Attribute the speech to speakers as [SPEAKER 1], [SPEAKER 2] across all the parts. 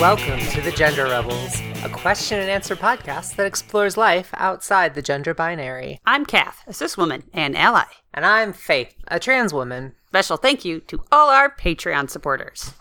[SPEAKER 1] Welcome to The Gender Rebels, a question and answer podcast that explores life outside the gender binary.
[SPEAKER 2] I'm Kath, a cis woman and ally.
[SPEAKER 1] And I'm Faith, a trans woman.
[SPEAKER 2] Special thank you to all our Patreon supporters.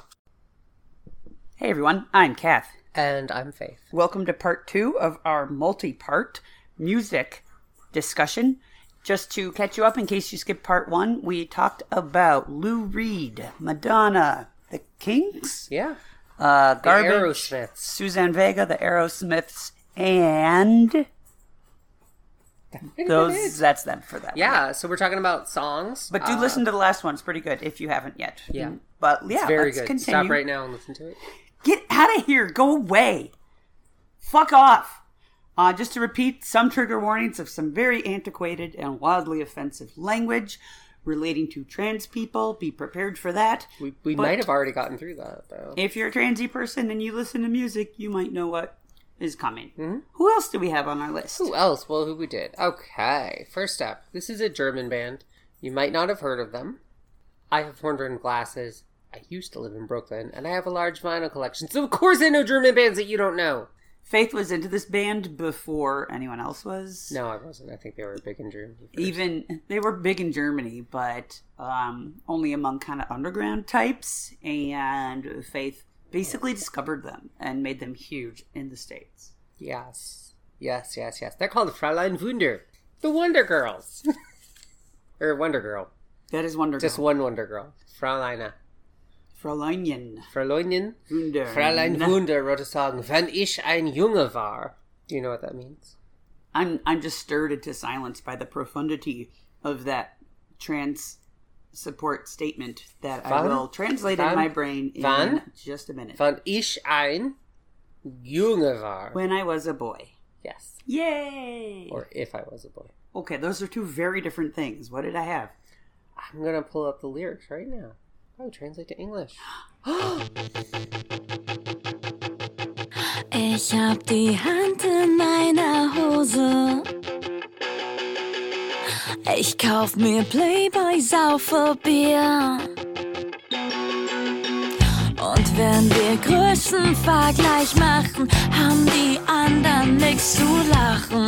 [SPEAKER 2] Hey everyone, I'm Kath.
[SPEAKER 1] And I'm Faith.
[SPEAKER 2] Welcome to part two of our multi part music discussion. Just to catch you up in case you skipped part one, we talked about Lou Reed, Madonna, the Kinks,
[SPEAKER 1] Yeah.
[SPEAKER 2] uh,
[SPEAKER 1] The
[SPEAKER 2] Garbage,
[SPEAKER 1] Aerosmiths.
[SPEAKER 2] Suzanne Vega, the Aerosmiths, and those. That's them for that.
[SPEAKER 1] Yeah, so we're talking about songs.
[SPEAKER 2] But do
[SPEAKER 1] Uh,
[SPEAKER 2] listen to the last one; it's pretty good if you haven't yet.
[SPEAKER 1] Yeah.
[SPEAKER 2] But yeah,
[SPEAKER 1] Ah, Very
[SPEAKER 2] let's
[SPEAKER 1] good.
[SPEAKER 2] continue.
[SPEAKER 1] Stop right now and listen to it.
[SPEAKER 2] Get out of here. Go away. Fuck off. Uh, just to repeat some trigger warnings of some very antiquated and wildly offensive language relating to trans people. Be prepared for that.
[SPEAKER 1] We, we
[SPEAKER 2] But-
[SPEAKER 1] might have already gotten through that, though.
[SPEAKER 2] If you're a transy person and you listen to music, you might know what is coming. Who else do we have on our list?
[SPEAKER 1] Mm-hmm. Who else? Well, who we did. Okay, first up, this is a German band. You might not have heard of them. I have horn rimmed glasses. I used to live in Brooklyn, and I have a large vinyl collection. So, of course, I know German bands that you don't know.
[SPEAKER 2] Faith was into this band before anyone else was.
[SPEAKER 1] No, I wasn't. I think they were big in Germany. first.
[SPEAKER 2] even they were big in Germany, but um, only among kind of underground types. And Faith basically discovered them and made them huge in the states.
[SPEAKER 1] Yes. Yes, yes, yes. They're called Fräulein Wunder. The Wonder Girls. or Wonder Girl.
[SPEAKER 2] That is wonderful.
[SPEAKER 1] Just one Wonder Girl. Fräuleina.
[SPEAKER 2] Fräulein
[SPEAKER 1] Fräulein.
[SPEAKER 2] Wunder.
[SPEAKER 1] Fräulein Wunder wrote a song, Wenn ich ein Junge war. Do you know what that means?
[SPEAKER 2] I'm I'm just stirred into silence by the profundity of that trans support statement that I
[SPEAKER 1] Van-
[SPEAKER 2] will translate
[SPEAKER 1] Van-
[SPEAKER 2] in my brain in
[SPEAKER 1] Van-
[SPEAKER 2] just a minute.
[SPEAKER 1] Wenn ich ein Junge war.
[SPEAKER 2] when I was a boy.
[SPEAKER 1] yes.
[SPEAKER 2] Yay!
[SPEAKER 1] Or if I was a boy.
[SPEAKER 2] okay, those are two very different things. What did I have?
[SPEAKER 1] I'm going to pull up the lyrics right now. Oh, translate to English.
[SPEAKER 3] Ich hab die Hand in meiner Hose. Ich kauf mir Playboy, saufe Bier. Und wenn wir Größenvergleich machen, haben die anderen nix zu lachen.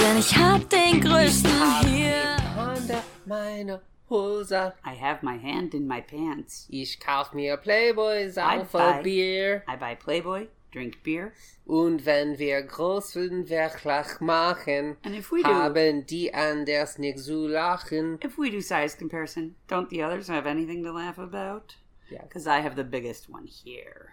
[SPEAKER 3] Denn ich hab den größten hier.
[SPEAKER 1] Honda, meine Hose.
[SPEAKER 2] I have my hand in my pants.
[SPEAKER 1] Ich kauf mir Playboys
[SPEAKER 2] Bye,
[SPEAKER 1] auf
[SPEAKER 2] bye.
[SPEAKER 1] Bier.
[SPEAKER 2] I buy Playboy, drink beer.
[SPEAKER 1] Und wenn wir großen Vergleich machen,
[SPEAKER 2] And if we do-
[SPEAKER 1] haben die anders nichts zu lachen.
[SPEAKER 2] If we do size comparison, don't the others have anything to laugh about?
[SPEAKER 1] Yeah,
[SPEAKER 2] Because I have the biggest one here.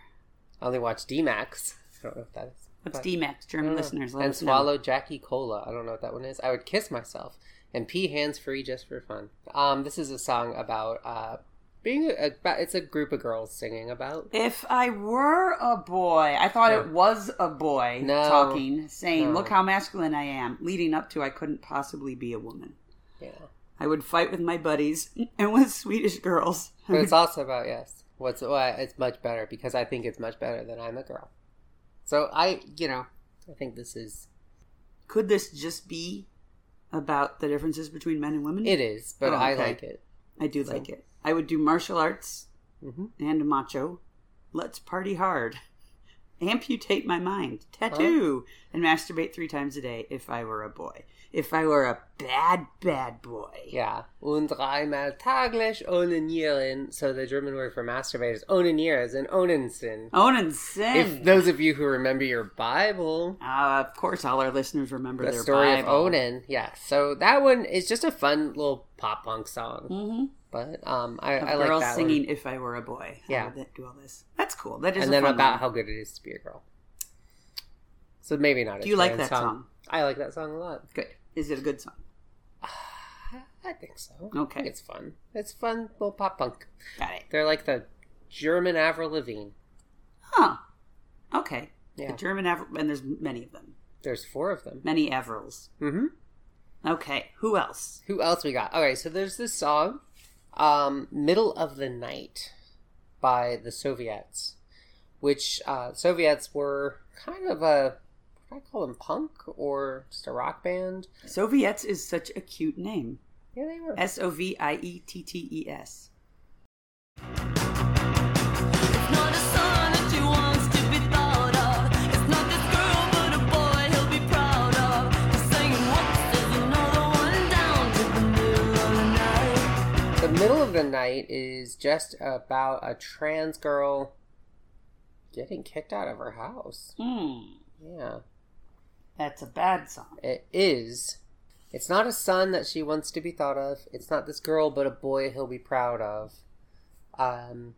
[SPEAKER 1] I only watch D-Max. I don't know if that is.
[SPEAKER 2] What's
[SPEAKER 1] but-
[SPEAKER 2] D-Max?
[SPEAKER 1] I
[SPEAKER 2] German
[SPEAKER 1] don't know.
[SPEAKER 2] listeners, let
[SPEAKER 1] And
[SPEAKER 2] us know.
[SPEAKER 1] swallow Jackie Cola. I don't know what that one is. I would kiss myself and pee hands free just for fun. Um, this is a song about uh, being a, about, it's a group of girls singing about.
[SPEAKER 2] If I were a boy, I thought it was a boy
[SPEAKER 1] No.
[SPEAKER 2] talking, saying,
[SPEAKER 1] No.
[SPEAKER 2] "Look how masculine I am." Leading up to, I couldn't possibly be a woman.
[SPEAKER 1] Yeah,
[SPEAKER 2] I would fight with my buddies and with Swedish girls.
[SPEAKER 1] but it's also about yes. What's why it's much better because I think it's much better than I'm a girl. So I, you know, I think this is
[SPEAKER 2] Could this just be about the differences between men and women?
[SPEAKER 1] It is, but
[SPEAKER 2] Oh,
[SPEAKER 1] I
[SPEAKER 2] okay.
[SPEAKER 1] like it.
[SPEAKER 2] I do like it. I would do martial arts
[SPEAKER 1] Mm-hmm.
[SPEAKER 2] and macho. Let's party hard. Amputate my mind, tattoo, and masturbate three times a day if I were a boy. If I were a bad, bad boy.
[SPEAKER 1] Yeah. Und dreimal täglich onanieren. So the German word for masturbate is onanier, as in onansen.
[SPEAKER 2] Onan Sin.
[SPEAKER 1] If those of you who remember your Bible,
[SPEAKER 2] Uh, of course, all our listeners remember
[SPEAKER 1] the
[SPEAKER 2] their
[SPEAKER 1] story
[SPEAKER 2] Bible.
[SPEAKER 1] of Onan. Yeah. So that one is just a fun little pop punk song.
[SPEAKER 2] hmm
[SPEAKER 1] But um, I,
[SPEAKER 2] Of
[SPEAKER 1] I like
[SPEAKER 2] girls
[SPEAKER 1] that
[SPEAKER 2] singing
[SPEAKER 1] one.
[SPEAKER 2] "If I Were a Boy." I
[SPEAKER 1] Yeah.
[SPEAKER 2] would do all this. That's cool. That is.
[SPEAKER 1] And
[SPEAKER 2] a
[SPEAKER 1] then
[SPEAKER 2] fun
[SPEAKER 1] about
[SPEAKER 2] one.
[SPEAKER 1] how good it is to be a girl. So maybe not. a
[SPEAKER 2] Do you like
[SPEAKER 1] trans
[SPEAKER 2] that song?
[SPEAKER 1] I like that song a lot.
[SPEAKER 2] Good. Is it a good song?
[SPEAKER 1] I think so.
[SPEAKER 2] Okay.
[SPEAKER 1] I think it's fun. It's fun little pop punk.
[SPEAKER 2] Got it.
[SPEAKER 1] They're like the German Avril Lavigne.
[SPEAKER 2] Huh. Okay.
[SPEAKER 1] Yeah.
[SPEAKER 2] The German Avril, and there's many of them.
[SPEAKER 1] There's four of them.
[SPEAKER 2] Many Avrils.
[SPEAKER 1] Mm-hmm.
[SPEAKER 2] Okay. Who else?
[SPEAKER 1] Who else we got? Okay, so there's this song, um, "Middle of the Night," by the Soviets, which uh, Soviets were kind of a what do I call them punk or just a rock band.
[SPEAKER 2] Soviets is such a cute name.
[SPEAKER 1] Yeah, they were.
[SPEAKER 2] S O V I E T T E S.
[SPEAKER 3] Not a son that you wants to be thought.
[SPEAKER 1] of the Night is just about a trans girl getting kicked out of her house.
[SPEAKER 2] Hmm.
[SPEAKER 1] Yeah,
[SPEAKER 2] That's a bad song.
[SPEAKER 1] it is. It's not a son that she wants to be thought of. It's not this girl, but a boy he'll be proud of. Um,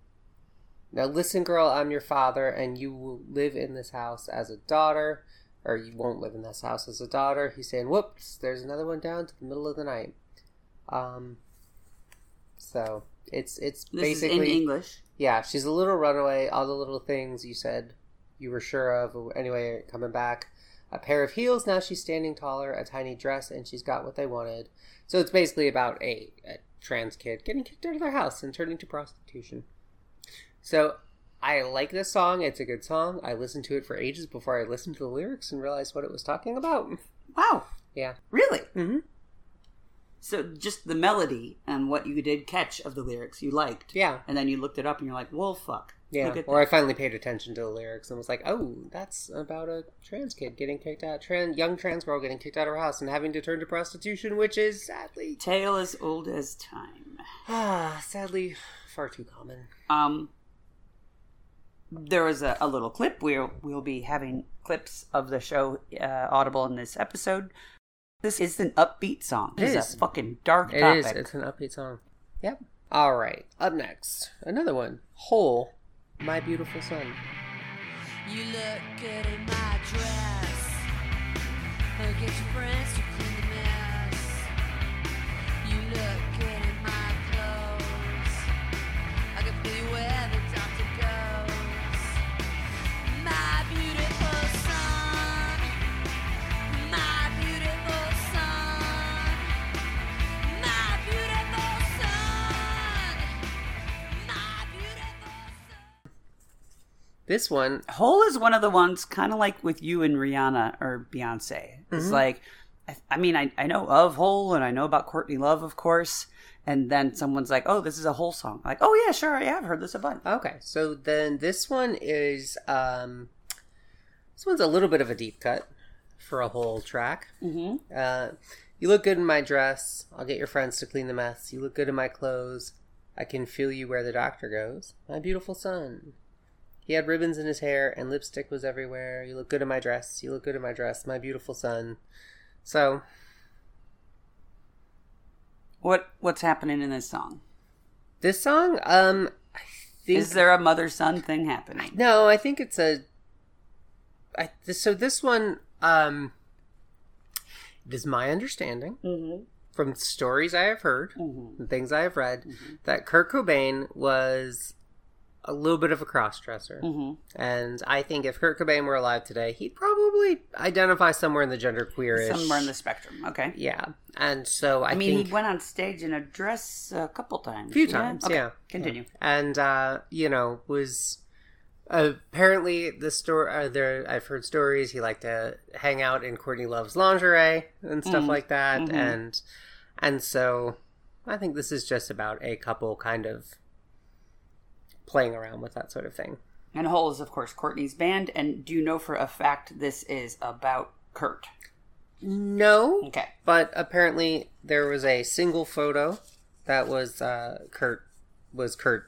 [SPEAKER 1] now listen, girl, I'm your father, and you will live in this house as a daughter, or you won't live in this house as a daughter. He's saying, "Whoops, there's another one down to the middle of the night." Um, so it's it's
[SPEAKER 2] This
[SPEAKER 1] basically
[SPEAKER 2] is in English.
[SPEAKER 1] yeah, she's a little runaway. All the little things you said you were sure of, anyway, are coming back. A pair of heels. Now she's standing taller. A tiny dress, and she's got what they wanted. So it's basically about a, a trans kid getting kicked out of their house and turning to prostitution. So I like this song. It's a good song. I listened to it for ages before I listened to the lyrics and realized what it was talking about.
[SPEAKER 2] Wow.
[SPEAKER 1] Yeah.
[SPEAKER 2] Really?
[SPEAKER 1] Mm-hmm.
[SPEAKER 2] So just the melody and what you did catch of the lyrics you liked.
[SPEAKER 1] Yeah.
[SPEAKER 2] And then you looked it up and you're like, well, fuck.
[SPEAKER 1] Yeah,
[SPEAKER 2] Look at
[SPEAKER 1] or I
[SPEAKER 2] that.
[SPEAKER 1] finally paid attention to the lyrics and was like, "Oh, that's about a trans kid getting kicked out, trans young trans girl getting kicked out of her house and having to turn to prostitution, which is sadly,
[SPEAKER 2] Tale as old as time.
[SPEAKER 1] ah, sadly, far too common."
[SPEAKER 2] Um, there was a, a little clip. We'll, we'll be having clips of the show uh, audible in this episode. This is an upbeat song. This
[SPEAKER 1] It
[SPEAKER 2] is
[SPEAKER 1] is.
[SPEAKER 2] a fucking dark
[SPEAKER 1] It
[SPEAKER 2] topic.
[SPEAKER 1] is. It's an upbeat song. Yep. All right. Up next, another one. Hole, my beautiful son.
[SPEAKER 3] You look good in my dress. Oh, get your friends to clean the mess. You look good in my clothes. I can be where the doctor goes. My beautiful son. My beautiful son. My beautiful son. My beautiful son.
[SPEAKER 1] This one,
[SPEAKER 2] Hole is one of the ones kind of like with you and Rihanna or Beyonce. It's
[SPEAKER 1] Mm-hmm.
[SPEAKER 2] like, I, I mean, I, I know of Hole and I know about Courtney Love, of course. And then someone's like, oh, this is a Hole song. like, oh, yeah, sure. Yeah, I've heard this a bunch.
[SPEAKER 1] Okay, so then this one is um, this one's a little bit of a deep cut for a whole track.
[SPEAKER 2] Mhm.
[SPEAKER 1] Uh, you look good in my dress. I'll get your friends to clean the mess. You look good in my clothes. I can feel you where the doctor goes. My beautiful son. He had ribbons in his hair and lipstick was everywhere. You look good in my dress. You look good in my dress. My beautiful son. So
[SPEAKER 2] What What's happening in this song?
[SPEAKER 1] this song, um, I think
[SPEAKER 2] Is there a mother son thing happening?
[SPEAKER 1] No, I think it's a. I, this, so this one, um, it is my understanding
[SPEAKER 2] Mm-hmm.
[SPEAKER 1] from stories I have heard
[SPEAKER 2] Mm-hmm.
[SPEAKER 1] and things I have read that Kurt Cobain was a little bit of a crossdresser,
[SPEAKER 2] Mm-hmm.
[SPEAKER 1] and I think if Kurt Cobain were alive today, he'd probably identify somewhere in the gender queerish.
[SPEAKER 2] Somewhere in the spectrum. Okay.
[SPEAKER 1] yeah, and so I,
[SPEAKER 2] I mean,
[SPEAKER 1] think,
[SPEAKER 2] he went on stage in a dress a couple times.
[SPEAKER 1] Few times,
[SPEAKER 2] Okay.
[SPEAKER 1] yeah.
[SPEAKER 2] Continue.
[SPEAKER 1] and uh, you know was apparently the story uh, there i've heard stories he liked to hang out in courtney love's lingerie and stuff
[SPEAKER 2] Mm.
[SPEAKER 1] like that
[SPEAKER 2] Mhm.
[SPEAKER 1] and and so i think this is just about a couple kind of playing around with that sort of thing
[SPEAKER 2] And Hole is, of course, Courtney's band. And do you know for a fact this is about Kurt?
[SPEAKER 1] no
[SPEAKER 2] Okay.
[SPEAKER 1] but apparently there was a single photo that was uh kurt was kurt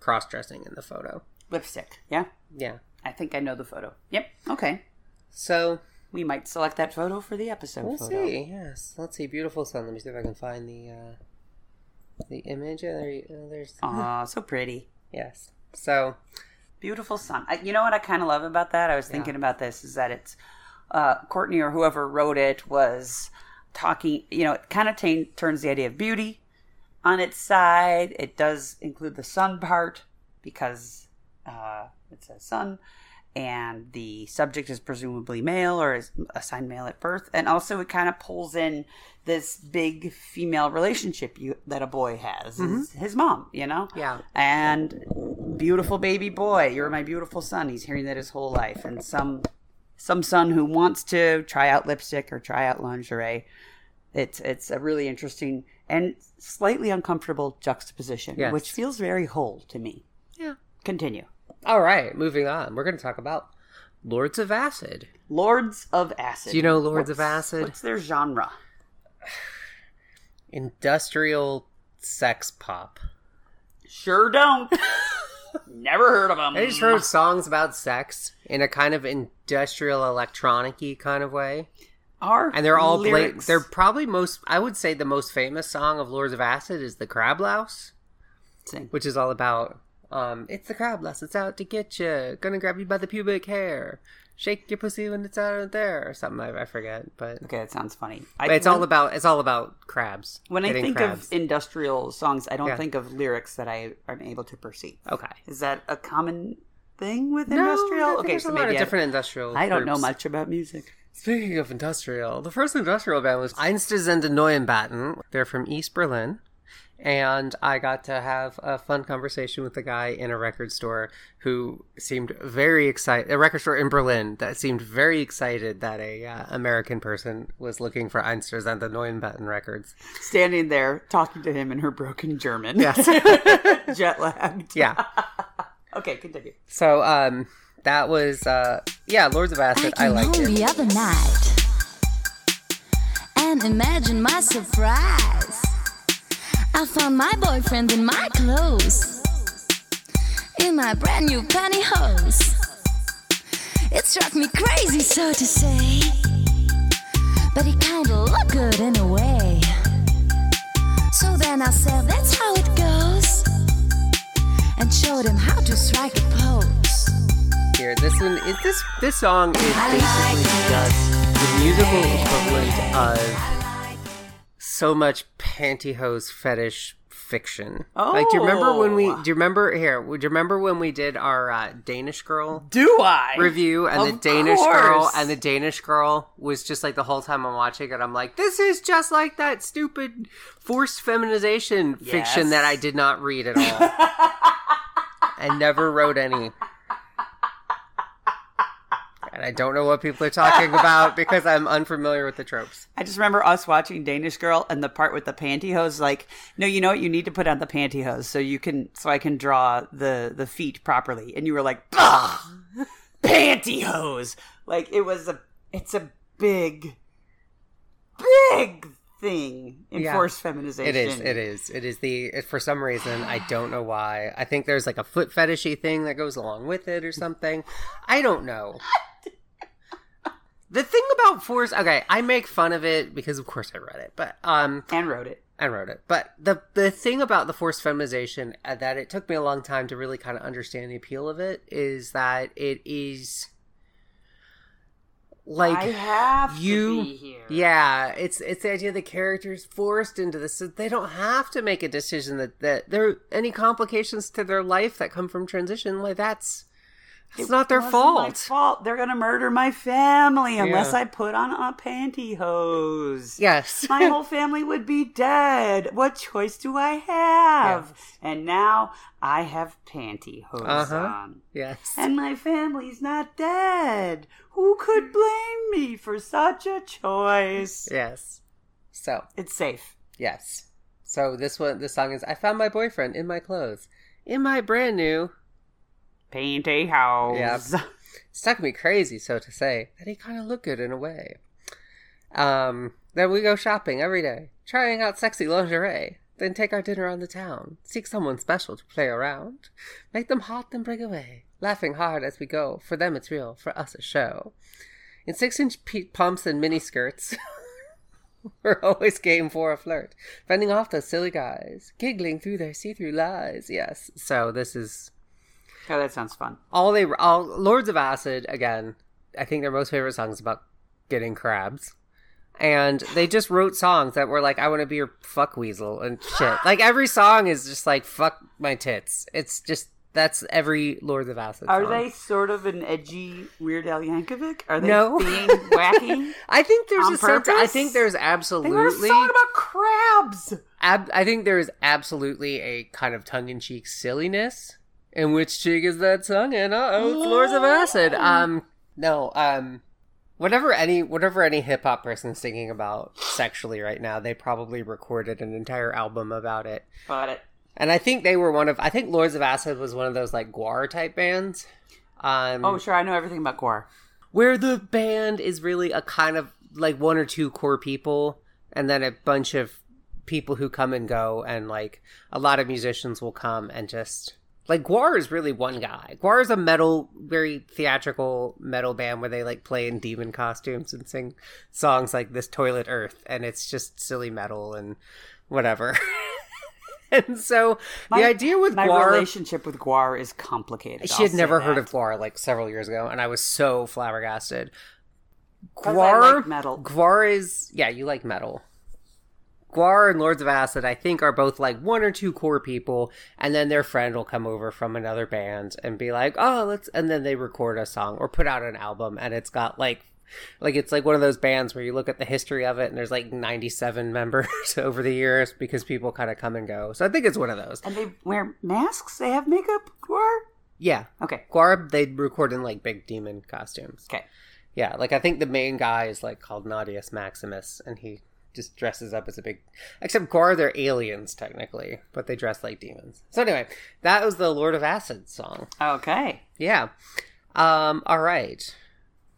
[SPEAKER 1] cross-dressing in the photo
[SPEAKER 2] Lipstick. Yeah.
[SPEAKER 1] yeah
[SPEAKER 2] I think I know the photo. Yep. Okay.
[SPEAKER 1] so
[SPEAKER 2] We might select that photo for the episode
[SPEAKER 1] We'll
[SPEAKER 2] photo.
[SPEAKER 1] see. Yes, let's see. Beautiful sun. Let me see if I can find the uh, the image. Uh, there, you- uh, there's
[SPEAKER 2] Aw, so pretty.
[SPEAKER 1] yes. So
[SPEAKER 2] Beautiful sun. I, you know what I kind of love about that? I was thinking about this is that it's uh, Courtney or whoever wrote it was talking, you know, it kind of t- turns the idea of beauty on its side. It does include the sun part because uh, it says sun, and the subject is presumably male or is assigned male at birth. And also, it kind of pulls in this big female relationship you, that a boy has his, his mom, you know?
[SPEAKER 1] Yeah.
[SPEAKER 2] And beautiful baby boy, you're my beautiful son. He's hearing that his whole life. And some some son who wants to try out lipstick or try out lingerie. It's it's a really interesting and slightly uncomfortable juxtaposition,
[SPEAKER 1] Yes.
[SPEAKER 2] which feels very whole to me.
[SPEAKER 1] Yeah.
[SPEAKER 2] Continue.
[SPEAKER 1] all right, moving on. We're going to talk about Lords of Acid.
[SPEAKER 2] Lords of Acid.
[SPEAKER 1] Do you know Lords of
[SPEAKER 2] What's-
[SPEAKER 1] Acid?
[SPEAKER 2] What's their genre?
[SPEAKER 1] Industrial sex pop.
[SPEAKER 2] Sure don't. Never heard of them.
[SPEAKER 1] They just wrote songs about sex in a kind of industrial electronic-y kind of way.
[SPEAKER 2] Our
[SPEAKER 1] And they're all bla-
[SPEAKER 2] lyrics.
[SPEAKER 1] they're probably most I would say the most famous song of Lords of Acid is the Crab Louse,
[SPEAKER 2] Sing.
[SPEAKER 1] which is all about um it's the crab louse it's out to get you, gonna grab you by the pubic hair, shake your pussy when it's out of there or something I, I forget, but,
[SPEAKER 2] Okay, that sounds funny.
[SPEAKER 1] but it's all about it's all about crabs.
[SPEAKER 2] when I
[SPEAKER 1] getting
[SPEAKER 2] think
[SPEAKER 1] crabs.
[SPEAKER 2] of industrial songs, I don't
[SPEAKER 1] Yeah.
[SPEAKER 2] think of lyrics that I am able to perceive.
[SPEAKER 1] okay
[SPEAKER 2] Is that a common thing with
[SPEAKER 1] No,
[SPEAKER 2] industrial?
[SPEAKER 1] I think
[SPEAKER 2] okay,
[SPEAKER 1] there's
[SPEAKER 2] so
[SPEAKER 1] a lot of
[SPEAKER 2] maybe I-
[SPEAKER 1] different industrial.
[SPEAKER 2] I don't know
[SPEAKER 1] groups.
[SPEAKER 2] much about music.
[SPEAKER 1] Speaking of industrial, the first industrial band was Einstürzende Neuenbatten. They're from East Berlin. And I got to have a fun conversation with a guy in a record store who seemed very excited, a record store in Berlin that seemed very excited that a uh, American person was looking for Einstürzende Neuenbatten records.
[SPEAKER 2] Standing there talking to him in her broken German.
[SPEAKER 1] Yes.
[SPEAKER 2] Jet lagged.
[SPEAKER 1] yeah.
[SPEAKER 2] Okay, continue.
[SPEAKER 1] So um, that was, uh, yeah, Lords of Acid. I
[SPEAKER 3] came
[SPEAKER 1] liked
[SPEAKER 3] home
[SPEAKER 1] it.
[SPEAKER 3] the other night and imagine my surprise. I found my boyfriend in my clothes, in my brand new pantyhose. It struck me crazy, so to say, but it kinda looked good in a way. So then I said, That's how it goes, and showed him how to strike a pose.
[SPEAKER 1] here. This one is this this song is basically just the musical equivalent of so much pantyhose fetish fiction. Like, do you remember when we? Do you remember here? Do you remember when we did our uh, Danish girl?
[SPEAKER 2] Do I?
[SPEAKER 1] Review and the
[SPEAKER 2] Of
[SPEAKER 1] Danish girl
[SPEAKER 2] course.
[SPEAKER 1] and the Danish girl was just like the whole time I'm watching it. I'm like, this is just like that stupid forced feminization
[SPEAKER 2] Yes.
[SPEAKER 1] fiction that I did not read at all and never wrote any. And I don't know what people are talking about because I'm unfamiliar with the tropes.
[SPEAKER 2] I just remember us watching Danish Girl and the part with the pantyhose. Like, no, you know what? You need to put on the pantyhose so you can, so I can draw the the feet properly. And you were like, "Ugh, pantyhose!" Like it was a, it's a big, big thing in
[SPEAKER 1] Yeah.
[SPEAKER 2] forced feminization.
[SPEAKER 1] It is. It is. It is the. For some reason, I don't know why. I think there's like a foot fetishy thing that goes along with it or something. I don't know. The thing about force. Okay, I make fun of it because, of course, I read it, but um,
[SPEAKER 2] And wrote it.
[SPEAKER 1] I wrote it. But the the thing about the forced feminization uh, that it took me a long time to really kind of understand the appeal of it is that it is like
[SPEAKER 2] I have
[SPEAKER 1] you-
[SPEAKER 2] to be here.
[SPEAKER 1] yeah, it's it's the idea the characters forced into this. so They don't have to make a decision that that there are any complications to their life that come from transition. Like that's it's not their
[SPEAKER 2] It wasn't my
[SPEAKER 1] fault.
[SPEAKER 2] fault. They're gonna murder my family unless
[SPEAKER 1] Yeah.
[SPEAKER 2] I put on a pantyhose.
[SPEAKER 1] Yes,
[SPEAKER 2] My whole family would be dead. What choice do I have? And now I have pantyhose
[SPEAKER 1] Uh-huh.
[SPEAKER 2] on.
[SPEAKER 1] yes.
[SPEAKER 2] And my family's not dead. Who could blame me for such a choice?
[SPEAKER 1] Yes. So
[SPEAKER 2] It's safe.
[SPEAKER 1] yes. So this one, this song is I found my boyfriend in my clothes, in my brand new.
[SPEAKER 2] Pantyhose.
[SPEAKER 1] Yeah. Stuck me crazy, so to say, that he kind of looked good in a way. Um, then we go shopping every day, trying out sexy lingerie. Then take our dinner on the town, seek someone special to play around, make them hot, then break away, laughing hard as we go. For them, it's real. For us, a show. In six-inch pe- pumps and mini skirts, we're always game for a flirt, fending off those silly guys, giggling through their see-through lies. Yes. So this is
[SPEAKER 2] Oh, that sounds fun.
[SPEAKER 1] all they all Lords of Acid again. I think their most favorite song is about getting crabs, and they just wrote songs that were like, "I want to be your fuck weasel" and shit. like every song is just like "fuck my tits." It's just that's every Lords of Acid.
[SPEAKER 2] Are
[SPEAKER 1] song.
[SPEAKER 2] they sort of an edgy Weird Al Yankovic? Are they
[SPEAKER 1] No.
[SPEAKER 2] being wacky?
[SPEAKER 1] I think there's
[SPEAKER 2] on
[SPEAKER 1] a sense. I
[SPEAKER 2] purpose?
[SPEAKER 1] think there's
[SPEAKER 2] They wrote a
[SPEAKER 1] absolutely.
[SPEAKER 2] song about crabs.
[SPEAKER 1] ab- I think there is absolutely a kind of tongue in cheek silliness. And which cheek is that tongue in? Uh oh, it's Lords of Acid. Um, no, um, whatever any whatever any hip hop person is singing about sexually right now, they probably recorded an entire album about it.
[SPEAKER 2] Got it.
[SPEAKER 1] And I think they were one of. I think Lords of Acid was one of those like Guar type bands. Um,
[SPEAKER 2] Oh, sure. I know everything about Guar.
[SPEAKER 1] where the band is really a kind of like one or two core people and then a bunch of people who come and go, and like a lot of musicians will come and just like Guar is really one guy. Guar is a metal, very theatrical metal band where they like play in demon costumes and sing songs like "This Toilet Earth," and it's just silly metal and whatever. and so
[SPEAKER 2] My-
[SPEAKER 1] the idea with
[SPEAKER 2] My
[SPEAKER 1] Guar,
[SPEAKER 2] relationship with Guar is complicated.
[SPEAKER 1] she had
[SPEAKER 2] I'll say
[SPEAKER 1] never
[SPEAKER 2] that.
[SPEAKER 1] heard of Guar like several years ago, and I was so flabbergasted.
[SPEAKER 2] 'Cause I
[SPEAKER 1] Guar
[SPEAKER 2] like metal.
[SPEAKER 1] Guar is yeah, you like metal. Guar and Lords of Acid, I think, are both like one or two core people, and then their friend will come over from another band and be like, "Oh, let's," and then they record a song or put out an album, and it's got like, like it's like one of those bands where you look at the history of it, and there's like 97 members over the years because people kind of come and go. So I think it's one of those.
[SPEAKER 2] And they wear masks? They have makeup? Guar?
[SPEAKER 1] Yeah,
[SPEAKER 2] Okay.
[SPEAKER 1] Guarb, they record in like big demon costumes.
[SPEAKER 2] Okay.
[SPEAKER 1] Yeah, like I think the main guy is like called Nadius Maximus, and he just dresses up as a big. Except Guar, they're aliens technically, but they dress like demons. So anyway, that was the Lord of Acid song.
[SPEAKER 2] Okay.
[SPEAKER 1] Yeah. Um. All right.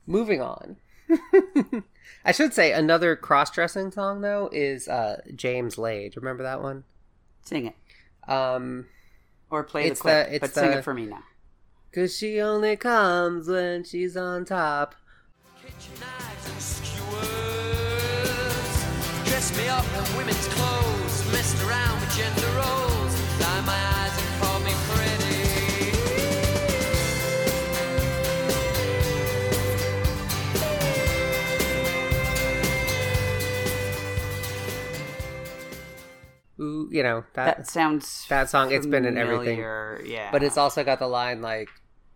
[SPEAKER 1] Moving on. I should say another cross-dressing song though is uh, James Lade. Remember that one?
[SPEAKER 2] Sing it.
[SPEAKER 1] Um.
[SPEAKER 2] Or play
[SPEAKER 1] It's
[SPEAKER 2] the clip.
[SPEAKER 1] the- it's
[SPEAKER 2] but sing
[SPEAKER 1] the-
[SPEAKER 2] it for me now.
[SPEAKER 1] Cause she only comes when she's on top.
[SPEAKER 4] Kitchen knives and skewers. Dress me up in women's clothes. Messed around with gender roles. Dye my eyes and call me pretty.
[SPEAKER 1] Ooh, you know that.
[SPEAKER 2] That sounds
[SPEAKER 1] uh, that song, it's been in everything.
[SPEAKER 2] familiar, Yeah.
[SPEAKER 1] But it's also got the line like,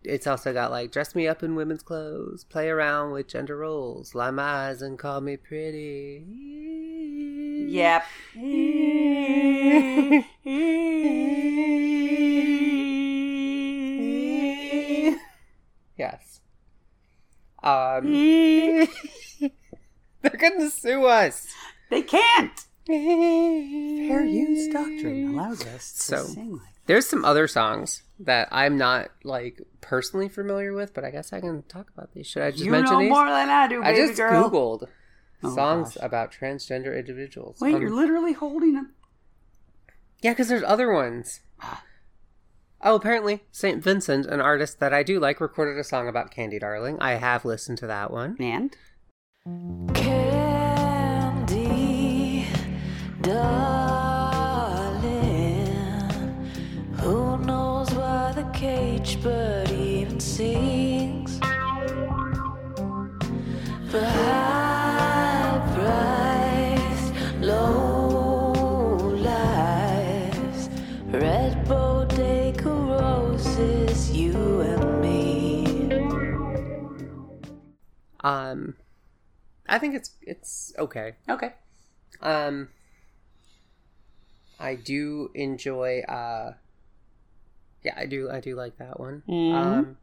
[SPEAKER 1] it's also got like, dress me up in women's clothes, play around with gender roles, line my eyes and call me pretty.
[SPEAKER 2] Yep.
[SPEAKER 1] Yes. Um, they're gonna sue us.
[SPEAKER 2] they can't.
[SPEAKER 1] Fair
[SPEAKER 2] allows us to
[SPEAKER 1] So-
[SPEAKER 2] sing like
[SPEAKER 1] There's some other songs that I'm not like personally familiar with, but I guess I can talk about these. Should I just
[SPEAKER 2] You
[SPEAKER 1] mention
[SPEAKER 2] know
[SPEAKER 1] these?
[SPEAKER 2] more than I do,
[SPEAKER 1] I
[SPEAKER 2] baby
[SPEAKER 1] just
[SPEAKER 2] girl.
[SPEAKER 1] googled
[SPEAKER 2] Oh,
[SPEAKER 1] songs
[SPEAKER 2] gosh.
[SPEAKER 1] about transgender individuals.
[SPEAKER 2] Wait,
[SPEAKER 1] Um,
[SPEAKER 2] you're literally holding a
[SPEAKER 1] Yeah, because there's other ones. Oh, apparently, St. Vincent, an artist that I do like, recorded a song about Candy Darling. I have listened to that one.
[SPEAKER 2] and
[SPEAKER 5] Candy, darling, who knows why the cage bird even sings? For high price, low lives, red bodega roses, you and me.
[SPEAKER 1] Um, I think it's it's okay.
[SPEAKER 2] Okay.
[SPEAKER 1] Um, I do enjoy. Uh, yeah, I do. I do like that one. Um,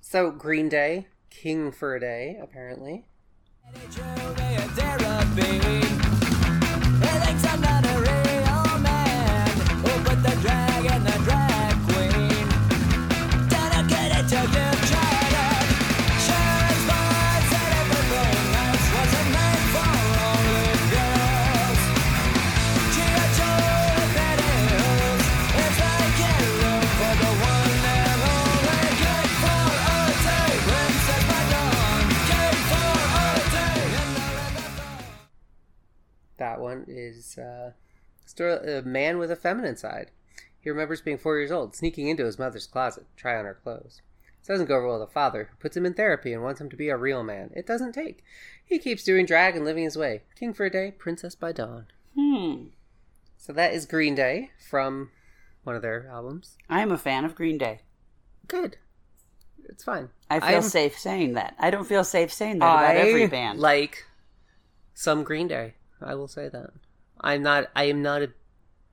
[SPEAKER 1] so Green Day, King for a Day, apparently. That one is uh, story, a man with a feminine side. He remembers being four years old, sneaking into his mother's closet to try on her clothes. This doesn't go well with a father, who puts him in therapy and wants him to be a real man. It doesn't take. He keeps doing drag and living his way. King for a day, princess by dawn.
[SPEAKER 2] Hmm.
[SPEAKER 1] So that is Green Day from one of their albums.
[SPEAKER 2] I am a fan of Green Day.
[SPEAKER 1] Good. It's fine.
[SPEAKER 2] I feel
[SPEAKER 1] I'm-
[SPEAKER 2] safe saying that. I don't feel safe saying that about every band.
[SPEAKER 1] Like some Green Day. I will say that. I'm not I am not a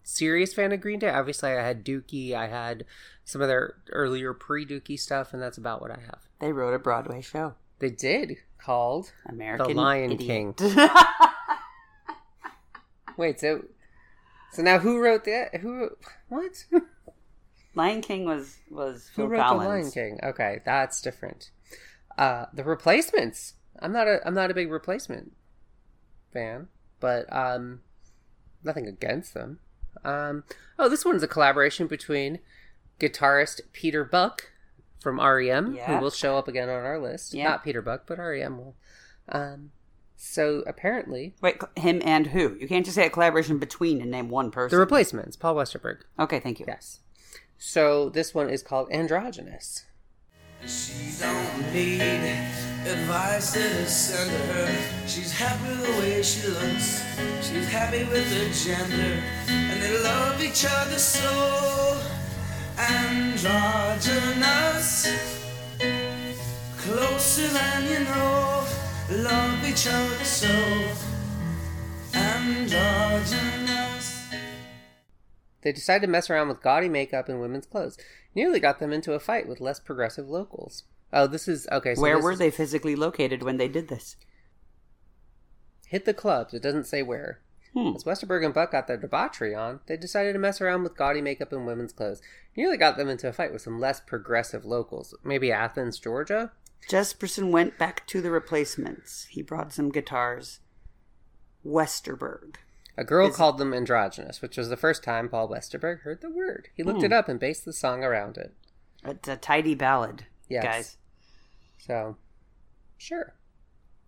[SPEAKER 1] serious fan of Green Day. Obviously I had Dookie, I had some of their earlier pre Dookie stuff, and that's about what I have.
[SPEAKER 2] they wrote a Broadway show.
[SPEAKER 1] They did called
[SPEAKER 2] American
[SPEAKER 1] The Lion
[SPEAKER 2] Idiot.
[SPEAKER 1] Wait, so so now who wrote that? Who what?
[SPEAKER 2] Lion King was was
[SPEAKER 1] Who
[SPEAKER 2] Phil
[SPEAKER 1] wrote
[SPEAKER 2] Collins.
[SPEAKER 1] the Lion King? Okay, that's different. Uh, the replacements. I'm not a I'm not a big replacement fan, but um, nothing against them. Um, oh, this one's a collaboration between guitarist Peter Buck from REM,
[SPEAKER 2] Yeah.
[SPEAKER 1] who will show up again on our list.
[SPEAKER 2] Yeah.
[SPEAKER 1] Not Peter Buck, but REM will. Um, so apparently,
[SPEAKER 2] Wait, cl- him and who? You can't just say a collaboration between and name one person.
[SPEAKER 1] the replacements, Paul Westerberg.
[SPEAKER 2] okay, thank you.
[SPEAKER 1] Yes. So this one is called Androgynous.
[SPEAKER 6] She don't need advice that is sent to her. She's happy the way she looks. She's happy with her gender. And they love each other so androgynous. Closer than you know. Love each other so androgynous.
[SPEAKER 1] They decided to mess around with gaudy makeup and women's clothes. Nearly got them into a fight with less progressive locals. Oh, this is okay. So
[SPEAKER 2] Where
[SPEAKER 1] this
[SPEAKER 2] were
[SPEAKER 1] is-
[SPEAKER 2] they physically located when they did this?
[SPEAKER 1] Hit the clubs. It doesn't say where.
[SPEAKER 2] Hmm.
[SPEAKER 1] As Westerberg and Buck got their debauchery on, they decided to mess around with gaudy makeup and women's clothes. Nearly got them into a fight with some less progressive locals. Maybe Athens, Georgia?
[SPEAKER 2] Jesperson went back to the replacements. He brought some guitars. Westerberg.
[SPEAKER 1] A girl
[SPEAKER 2] Is-
[SPEAKER 1] called them androgynous, which was the first time Paul Westerberg heard the word. He looked
[SPEAKER 2] Hmm.
[SPEAKER 1] it up and based the song around it.
[SPEAKER 2] It's a tidy ballad,
[SPEAKER 1] Yes.
[SPEAKER 2] guys.
[SPEAKER 1] So, sure.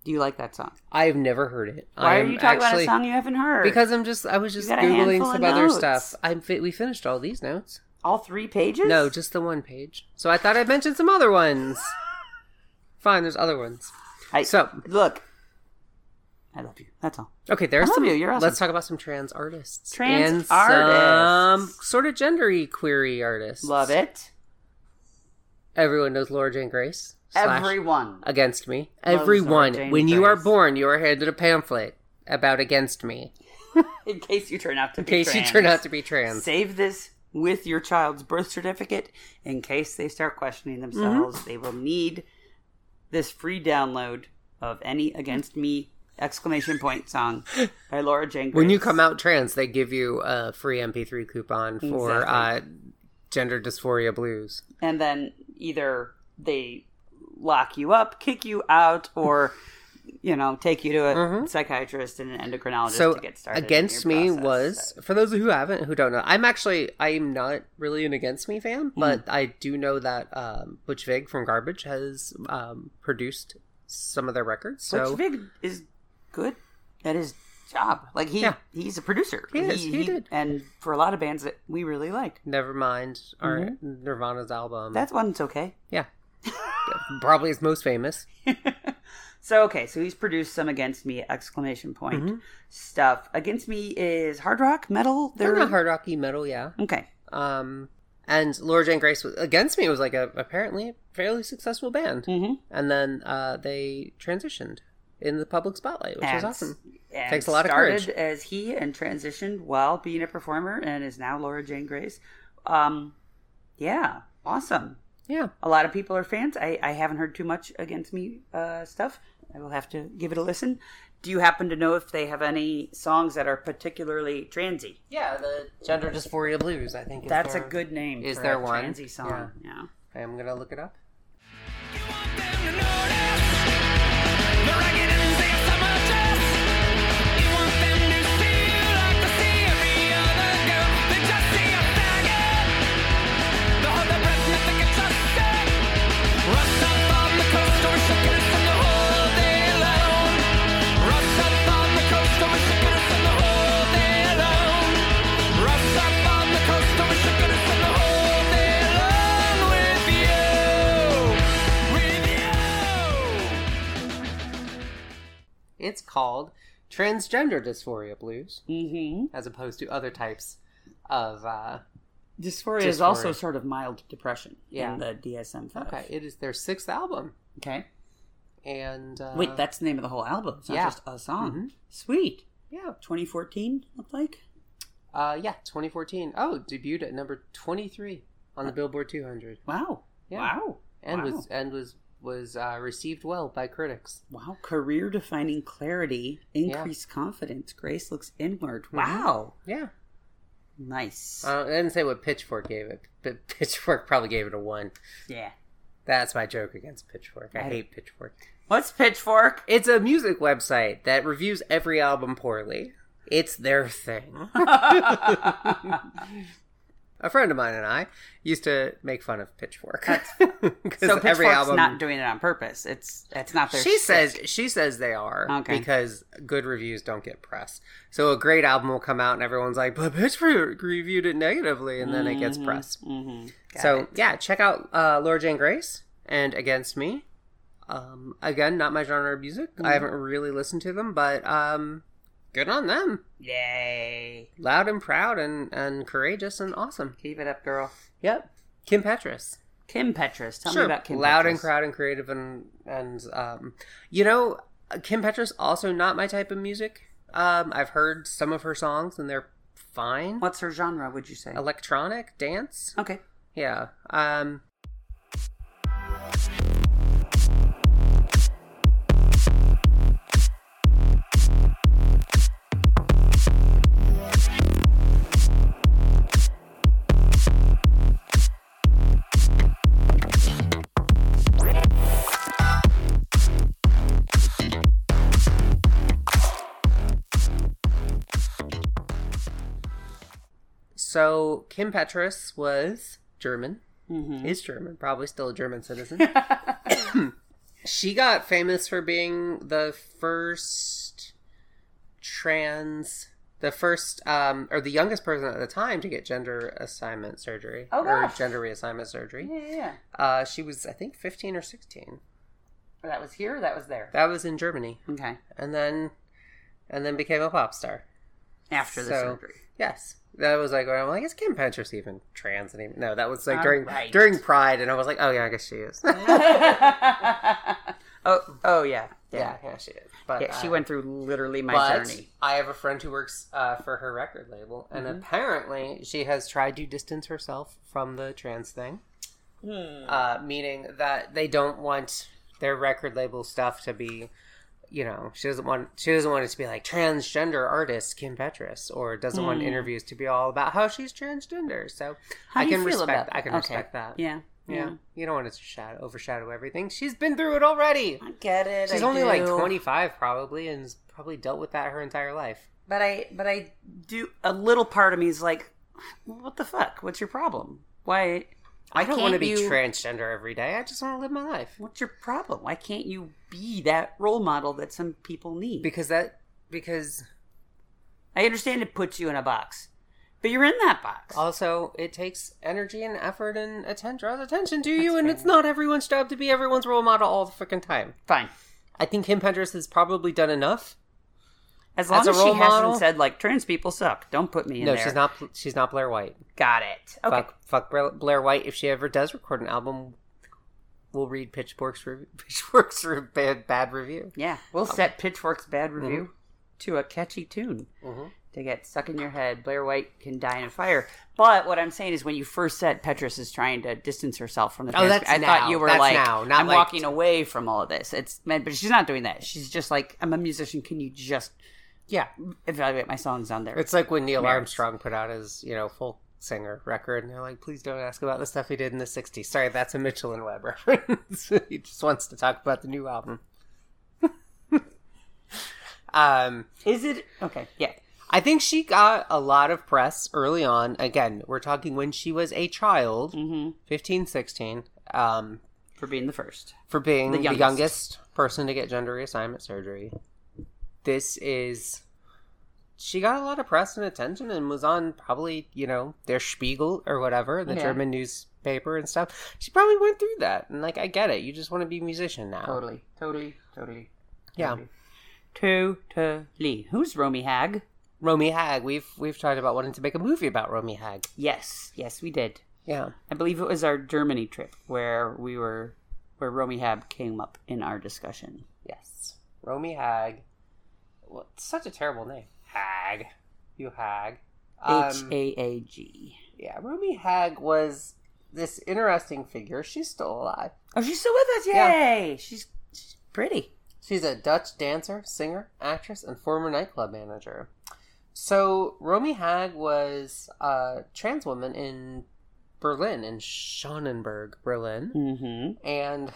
[SPEAKER 2] Do you like that song?
[SPEAKER 1] I've never heard it.
[SPEAKER 2] Why
[SPEAKER 1] I'm
[SPEAKER 2] are you talking
[SPEAKER 1] actually-
[SPEAKER 2] about a song you haven't heard?
[SPEAKER 1] Because I'm just, I was just
[SPEAKER 2] got a
[SPEAKER 1] googling
[SPEAKER 2] handful
[SPEAKER 1] some
[SPEAKER 2] of
[SPEAKER 1] other
[SPEAKER 2] notes.
[SPEAKER 1] stuff. I'm fi- we finished all these notes.
[SPEAKER 2] all three pages.
[SPEAKER 1] No, just the one page. So I thought I'd mention some other ones. Fine, there's other ones.
[SPEAKER 2] I,
[SPEAKER 1] so-
[SPEAKER 2] look. I love you. That's all.
[SPEAKER 1] Okay, there's
[SPEAKER 2] I love
[SPEAKER 1] some.
[SPEAKER 2] you, you're awesome.
[SPEAKER 1] Let's talk about some trans artists.
[SPEAKER 2] Trans
[SPEAKER 1] and Some
[SPEAKER 2] artists.
[SPEAKER 1] sort of gendery query artists.
[SPEAKER 2] Love it.
[SPEAKER 1] Everyone knows Laura Jane Grace. slash
[SPEAKER 2] Everyone.
[SPEAKER 1] against me.
[SPEAKER 2] Loves Laura
[SPEAKER 1] Everyone.
[SPEAKER 2] Jane
[SPEAKER 1] When you are
[SPEAKER 2] Grace.
[SPEAKER 1] born, you are handed a pamphlet about against me.
[SPEAKER 2] In case you turn out to
[SPEAKER 1] In
[SPEAKER 2] be
[SPEAKER 1] case
[SPEAKER 2] trans.
[SPEAKER 1] you turn out to be trans.
[SPEAKER 2] Save this with your child's birth certificate in case they start questioning
[SPEAKER 1] Mm-hmm.
[SPEAKER 2] themselves. They will need this free download of any Against Me exclamation point song by Laura Jane
[SPEAKER 1] When you
[SPEAKER 2] Grace.
[SPEAKER 1] come out trans, they give you a free MP3 coupon for
[SPEAKER 2] Exactly.
[SPEAKER 1] uh, gender dysphoria blues.
[SPEAKER 2] and then either they lock you up, kick you out, or you know take you to a
[SPEAKER 1] Mhm.
[SPEAKER 2] psychiatrist and an endocrinologist
[SPEAKER 1] so
[SPEAKER 2] to get started. in
[SPEAKER 1] against
[SPEAKER 2] your
[SPEAKER 1] me
[SPEAKER 2] process.
[SPEAKER 1] was
[SPEAKER 2] So-
[SPEAKER 1] for those who haven't who don't know. I'm actually I'm not really an against me fan,
[SPEAKER 2] Hmm.
[SPEAKER 1] but I do know that um, Butch Vig from Garbage has um, produced some of their records. So
[SPEAKER 2] which Vig is good at his job. Like he
[SPEAKER 1] Yeah.
[SPEAKER 2] he's a producer.
[SPEAKER 1] He is. He did.
[SPEAKER 2] and for a lot of bands that we really like.
[SPEAKER 1] never mind our Nirvana's album.
[SPEAKER 2] Mm-hmm. That one's okay.
[SPEAKER 1] yeah, probably his most famous.
[SPEAKER 2] So okay, so he's produced some against me exclamation point
[SPEAKER 1] Mm-hmm.
[SPEAKER 2] stuff. Against me is hard rock metal.
[SPEAKER 1] They're not hard rocky metal, yeah.
[SPEAKER 2] Okay,
[SPEAKER 1] Um, and Laura Jane Grace was, against me was like a apparently a fairly successful band,
[SPEAKER 2] Mhm.
[SPEAKER 1] and then uh, they transitioned in the public spotlight, which is awesome.
[SPEAKER 2] and
[SPEAKER 1] Takes a lot of
[SPEAKER 2] started
[SPEAKER 1] courage.
[SPEAKER 2] as he and transitioned while being a performer and is now Laura Jane Grace. Um, yeah, awesome.
[SPEAKER 1] Yeah,
[SPEAKER 2] A lot of people are fans. I, I haven't heard too much against me uh, stuff. I will have to give it a listen. Do you happen to know if they have any songs that are particularly transy?
[SPEAKER 1] yeah. The gender dysphoria blues, I think.
[SPEAKER 2] That's a good name.
[SPEAKER 1] Is
[SPEAKER 2] for
[SPEAKER 1] there
[SPEAKER 2] a
[SPEAKER 1] one?
[SPEAKER 2] transy song? Yeah.
[SPEAKER 1] I'm gonna look it up. It's called transgender dysphoria blues,
[SPEAKER 2] Mm-hmm.
[SPEAKER 1] as opposed to other types of. Uh,
[SPEAKER 2] Dysphoria is
[SPEAKER 1] Dysphoria.
[SPEAKER 2] also sort of mild depression
[SPEAKER 1] Yeah.
[SPEAKER 2] in the DSM five.
[SPEAKER 1] okay, it is their sixth album,
[SPEAKER 2] Okay.
[SPEAKER 1] and uh,
[SPEAKER 2] Wait, that's the name of the whole album. It's not
[SPEAKER 1] yeah.
[SPEAKER 2] just a song.
[SPEAKER 1] Mhm.
[SPEAKER 2] Sweet.
[SPEAKER 1] yeah,
[SPEAKER 2] 2014 looked like.
[SPEAKER 1] uh, yeah, 2014. Oh, debuted at number 23 on the Billboard 200.
[SPEAKER 2] Wow.
[SPEAKER 1] Yeah.
[SPEAKER 2] Wow.
[SPEAKER 1] and
[SPEAKER 2] wow.
[SPEAKER 1] was and was was uh, received well by critics.
[SPEAKER 2] wow. Career defining clarity, increased confidence. Grace looks inward.
[SPEAKER 1] Mm-hmm.
[SPEAKER 2] Wow.
[SPEAKER 1] Yeah,
[SPEAKER 2] Nice.
[SPEAKER 1] uh, I didn't say what Pitchfork gave it, but Pitchfork probably gave it a one.
[SPEAKER 2] yeah.
[SPEAKER 1] That's my joke against Pitchfork. I
[SPEAKER 2] Right.
[SPEAKER 1] hate Pitchfork.
[SPEAKER 2] What's Pitchfork?
[SPEAKER 1] It's a music website that reviews every album poorly. It's their thing. A friend of mine and I used to make fun of Pitchfork.
[SPEAKER 2] So
[SPEAKER 1] Because
[SPEAKER 2] Pitchfork's not doing it on purpose. It's it's not their.
[SPEAKER 1] she
[SPEAKER 2] shtick.
[SPEAKER 1] says she says they are
[SPEAKER 2] Okay.
[SPEAKER 1] because good reviews don't get pressed. So a great album will come out and everyone's like, "But Pitchfork reviewed it negatively," and then it gets
[SPEAKER 2] Mm-hmm.
[SPEAKER 1] pressed. so yeah, check out uh, Laura Jane Grace and Against Me. Um, again, not my genre of music.
[SPEAKER 2] Mm-hmm.
[SPEAKER 1] I haven't really listened to them, but um, good on them.
[SPEAKER 2] "Yay,
[SPEAKER 1] Loud and proud and and courageous and awesome.
[SPEAKER 2] keep it up, girl."
[SPEAKER 1] Yep, Kim Petras.
[SPEAKER 2] Kim Petras, tell
[SPEAKER 1] Sure.
[SPEAKER 2] me about Kim.
[SPEAKER 1] Loud
[SPEAKER 2] Petras.
[SPEAKER 1] and crowd and creative and and um, you know, Kim Petras also not my type of music. Um, I've heard some of her songs and they're fine.
[SPEAKER 2] What's her genre? Would you say?
[SPEAKER 1] Electronic dance,
[SPEAKER 2] Okay.
[SPEAKER 1] yeah. Um, so Kim Petras was German.
[SPEAKER 2] Mm-hmm.
[SPEAKER 1] Is German, probably still a German citizen. she got famous for being the first trans the first um or the youngest person at the time to get gender assignment surgery
[SPEAKER 2] Oh,
[SPEAKER 1] or
[SPEAKER 2] gosh.
[SPEAKER 1] gender reassignment surgery
[SPEAKER 2] Yeah, yeah, yeah.
[SPEAKER 1] uh she was i think 15 or 16
[SPEAKER 2] Oh, That was here. That was there.
[SPEAKER 1] that was in germany
[SPEAKER 2] Okay.
[SPEAKER 1] and then and then became a pop star
[SPEAKER 2] After the
[SPEAKER 1] So-
[SPEAKER 2] surgery.
[SPEAKER 1] yes that was like when i'm like is kim petras even trans and even no that was like
[SPEAKER 2] All
[SPEAKER 1] during
[SPEAKER 2] Oh, right.
[SPEAKER 1] during pride and i was like oh yeah i guess she is
[SPEAKER 2] oh, oh yeah,
[SPEAKER 1] yeah
[SPEAKER 2] yeah.
[SPEAKER 1] yeah she is but
[SPEAKER 2] Yeah, she
[SPEAKER 1] uh,
[SPEAKER 2] went through literally my
[SPEAKER 1] but
[SPEAKER 2] journey. Mm-hmm.
[SPEAKER 1] I have a friend who works uh, for her record label, and apparently she has tried to distance herself from the trans thing, uh, meaning that they don't want their record label stuff to be, you know, she doesn't want she doesn't want it to be like transgender artist Kim Petras, or doesn't want interviews to be all about how she's transgender. So
[SPEAKER 2] Hmm. How
[SPEAKER 1] I
[SPEAKER 2] do you
[SPEAKER 1] can
[SPEAKER 2] feel
[SPEAKER 1] respect
[SPEAKER 2] about
[SPEAKER 1] I can
[SPEAKER 2] okay.
[SPEAKER 1] respect that.
[SPEAKER 2] Yeah,
[SPEAKER 1] Yeah. you don't want it to shadow, overshadow everything. She's been through it already.
[SPEAKER 2] I get it.
[SPEAKER 1] She's
[SPEAKER 2] I
[SPEAKER 1] only
[SPEAKER 2] do.
[SPEAKER 1] like 25 probably and has probably dealt with that her entire life.
[SPEAKER 2] But I, but I do. A little part of me is like, what the fuck? What's your problem? Why?
[SPEAKER 1] I don't want to
[SPEAKER 2] can't
[SPEAKER 1] be
[SPEAKER 2] you-
[SPEAKER 1] transgender every day. I just want to live my life.
[SPEAKER 2] What's your problem? Why can't you be that role model that some people need?
[SPEAKER 1] Because that because
[SPEAKER 2] I understand it puts you in a box, but you're in that box.
[SPEAKER 1] also it takes energy and effort and attention draws attention to you and it's not everyone's job to be everyone's role model all the freaking time.
[SPEAKER 2] Fine.
[SPEAKER 1] I think Kim Petras has probably done enough.
[SPEAKER 2] As long
[SPEAKER 1] As
[SPEAKER 2] as,
[SPEAKER 1] a
[SPEAKER 2] she
[SPEAKER 1] role model-
[SPEAKER 2] hasn't said like trans people suck, don't put me in
[SPEAKER 1] no,
[SPEAKER 2] there.
[SPEAKER 1] she's not she's not Blair White.
[SPEAKER 2] Got it. Okay.
[SPEAKER 1] Fuck fuck Blair- Blair White if she ever does record an album we'll read Pitchfork's re- Pitchfork's re- bad, bad review.
[SPEAKER 2] Yeah, we'll
[SPEAKER 1] Um,
[SPEAKER 2] set Pitchfork's bad
[SPEAKER 1] mhm.
[SPEAKER 2] review to a catchy tune
[SPEAKER 1] Mm-hmm.
[SPEAKER 2] to get stuck in your head. Blair White can die in a fire. But what I'm saying is, when you first said Petrus is trying to distance herself from the,
[SPEAKER 1] Oh,
[SPEAKER 2] trans-
[SPEAKER 1] that's
[SPEAKER 2] I
[SPEAKER 1] now.
[SPEAKER 2] thought you were
[SPEAKER 1] That's
[SPEAKER 2] like,
[SPEAKER 1] now, not
[SPEAKER 2] I'm
[SPEAKER 1] like-
[SPEAKER 2] walking away from all of this. It's man, but she's not doing that. She's just like, I'm a musician. Can you just
[SPEAKER 1] Yeah.
[SPEAKER 2] evaluate my songs on there?
[SPEAKER 1] It's like when Neil Armstrong put out his, you know, folk singer record, and they're like, please don't ask about the stuff he did in the 60s. Sorry, that's a Mitchell and Webb reference. he just wants to talk about the new album. um,
[SPEAKER 2] Is it okay? Yeah,
[SPEAKER 1] I think she got a lot of press early on. Again, we're talking when she was a child, fifteen, sixteen, 15, 16, um,
[SPEAKER 2] Mm-hmm. for being the first.
[SPEAKER 1] for being the youngest.
[SPEAKER 2] youngest.
[SPEAKER 1] person to get gender reassignment surgery. This is she got a lot of press and attention and was on probably, you know, their Spiegel or whatever, the
[SPEAKER 2] Yeah.
[SPEAKER 1] German newspaper and stuff. She probably went through that. And like I get it. You just want to be a musician now.
[SPEAKER 2] Totally, totally, totally,
[SPEAKER 1] Oh. Yeah.
[SPEAKER 2] totally. Who's Romy Hag?
[SPEAKER 1] Romy Hag, we've we've talked about wanting to make a movie about Romy Hag.
[SPEAKER 2] Yes, yes, we did.
[SPEAKER 1] Yeah.
[SPEAKER 2] I believe it was our Germany trip where we were, where Romy Hab came up in our discussion.
[SPEAKER 1] Yes. Romy Hag. Well, it's such a terrible name. Hag. You hag.
[SPEAKER 2] H
[SPEAKER 1] Um,
[SPEAKER 2] A A G.
[SPEAKER 1] Yeah, Ruby Hag was this interesting figure. She's still alive.
[SPEAKER 2] Oh, she's still with us!
[SPEAKER 1] Yeah.
[SPEAKER 2] Yay! She's, she's pretty.
[SPEAKER 1] She's a Dutch dancer, singer, actress, and former nightclub manager. So, Romy Hag was a trans woman in Berlin, in Schonenberg, Berlin.
[SPEAKER 2] Mm-hmm.
[SPEAKER 1] And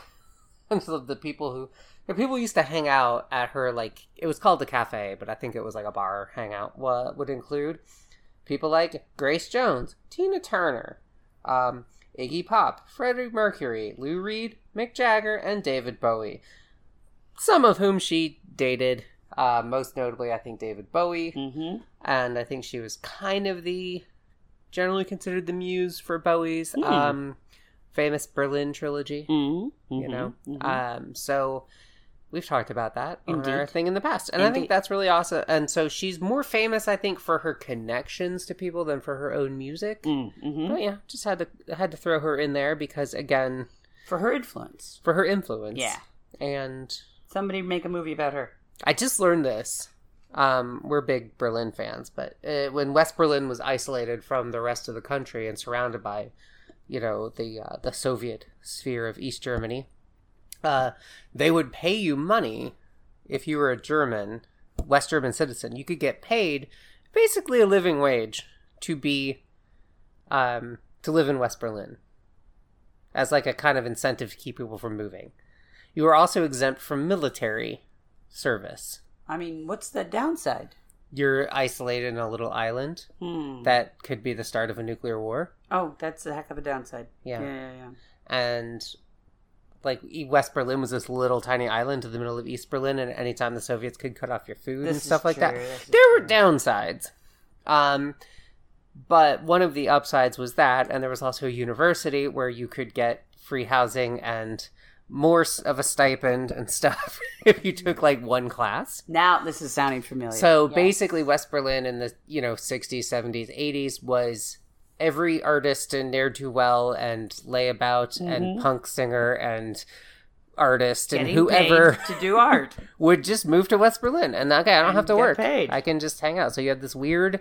[SPEAKER 1] and so the people who But people used to hang out at her like it was called the cafe, but I think it was like a bar hangout. What would include people like Grace Jones, Tina Turner, um, Iggy Pop, Freddie Mercury, Lou Reed, Mick Jagger, and David Bowie. Some of whom she dated. Uh, most notably, I think David Bowie,
[SPEAKER 2] Mm-hmm.
[SPEAKER 1] and I think she was kind of the generally considered the muse for Bowie's
[SPEAKER 2] Hmm.
[SPEAKER 1] um, famous Berlin trilogy
[SPEAKER 2] Mm-hmm.
[SPEAKER 1] you know um so we've talked about that on our
[SPEAKER 2] Indeed.
[SPEAKER 1] thing in the past and i think
[SPEAKER 2] Indeed.
[SPEAKER 1] that's really awesome and so she's more famous i think for her connections to people than for her own music
[SPEAKER 2] mm-hmm.
[SPEAKER 1] but yeah just had to had to throw her in there because again
[SPEAKER 2] For her influence.
[SPEAKER 1] for her influence
[SPEAKER 2] Yeah.
[SPEAKER 1] and
[SPEAKER 2] Somebody make a movie about her.
[SPEAKER 1] i just learned this um, we're big Berlin fans, but uh, when West Berlin was isolated from the rest of the country and surrounded by, you know, the uh, the Soviet sphere of East Germany, uh, they would pay you money if you were a German, West German citizen. You could get paid basically a living wage to be, um, to live in West Berlin as like a kind of incentive to keep people from moving. You were also exempt from military service.
[SPEAKER 2] I mean, what's the downside?
[SPEAKER 1] You're isolated in a little island
[SPEAKER 2] Hmm.
[SPEAKER 1] that could be the start of a nuclear war.
[SPEAKER 2] Oh, that's a heck of a downside.
[SPEAKER 1] Yeah.
[SPEAKER 2] Yeah, yeah, yeah.
[SPEAKER 1] and like E- West Berlin was this little tiny island in the middle of East Berlin, and anytime the Soviets could cut off your food
[SPEAKER 2] This
[SPEAKER 1] and stuff
[SPEAKER 2] is
[SPEAKER 1] like that,
[SPEAKER 2] true, this is
[SPEAKER 1] there were
[SPEAKER 2] true.
[SPEAKER 1] downsides. Um, but one of the upsides was that, and there was also a university where you could get free housing and more s- of a stipend and stuff if you took like one class.
[SPEAKER 2] Now this is sounding familiar.
[SPEAKER 1] So basically, West Berlin in the you know sixties, seventies, eighties was every artist and ne'er do well and layabout and punk singer and artist and
[SPEAKER 2] Mm-hmm. Getting
[SPEAKER 1] whoever
[SPEAKER 2] paid to do art.
[SPEAKER 1] would just move to West Berlin and okay, I don't have to
[SPEAKER 2] get
[SPEAKER 1] work.
[SPEAKER 2] paid.
[SPEAKER 1] I can just hang out. So you have this weird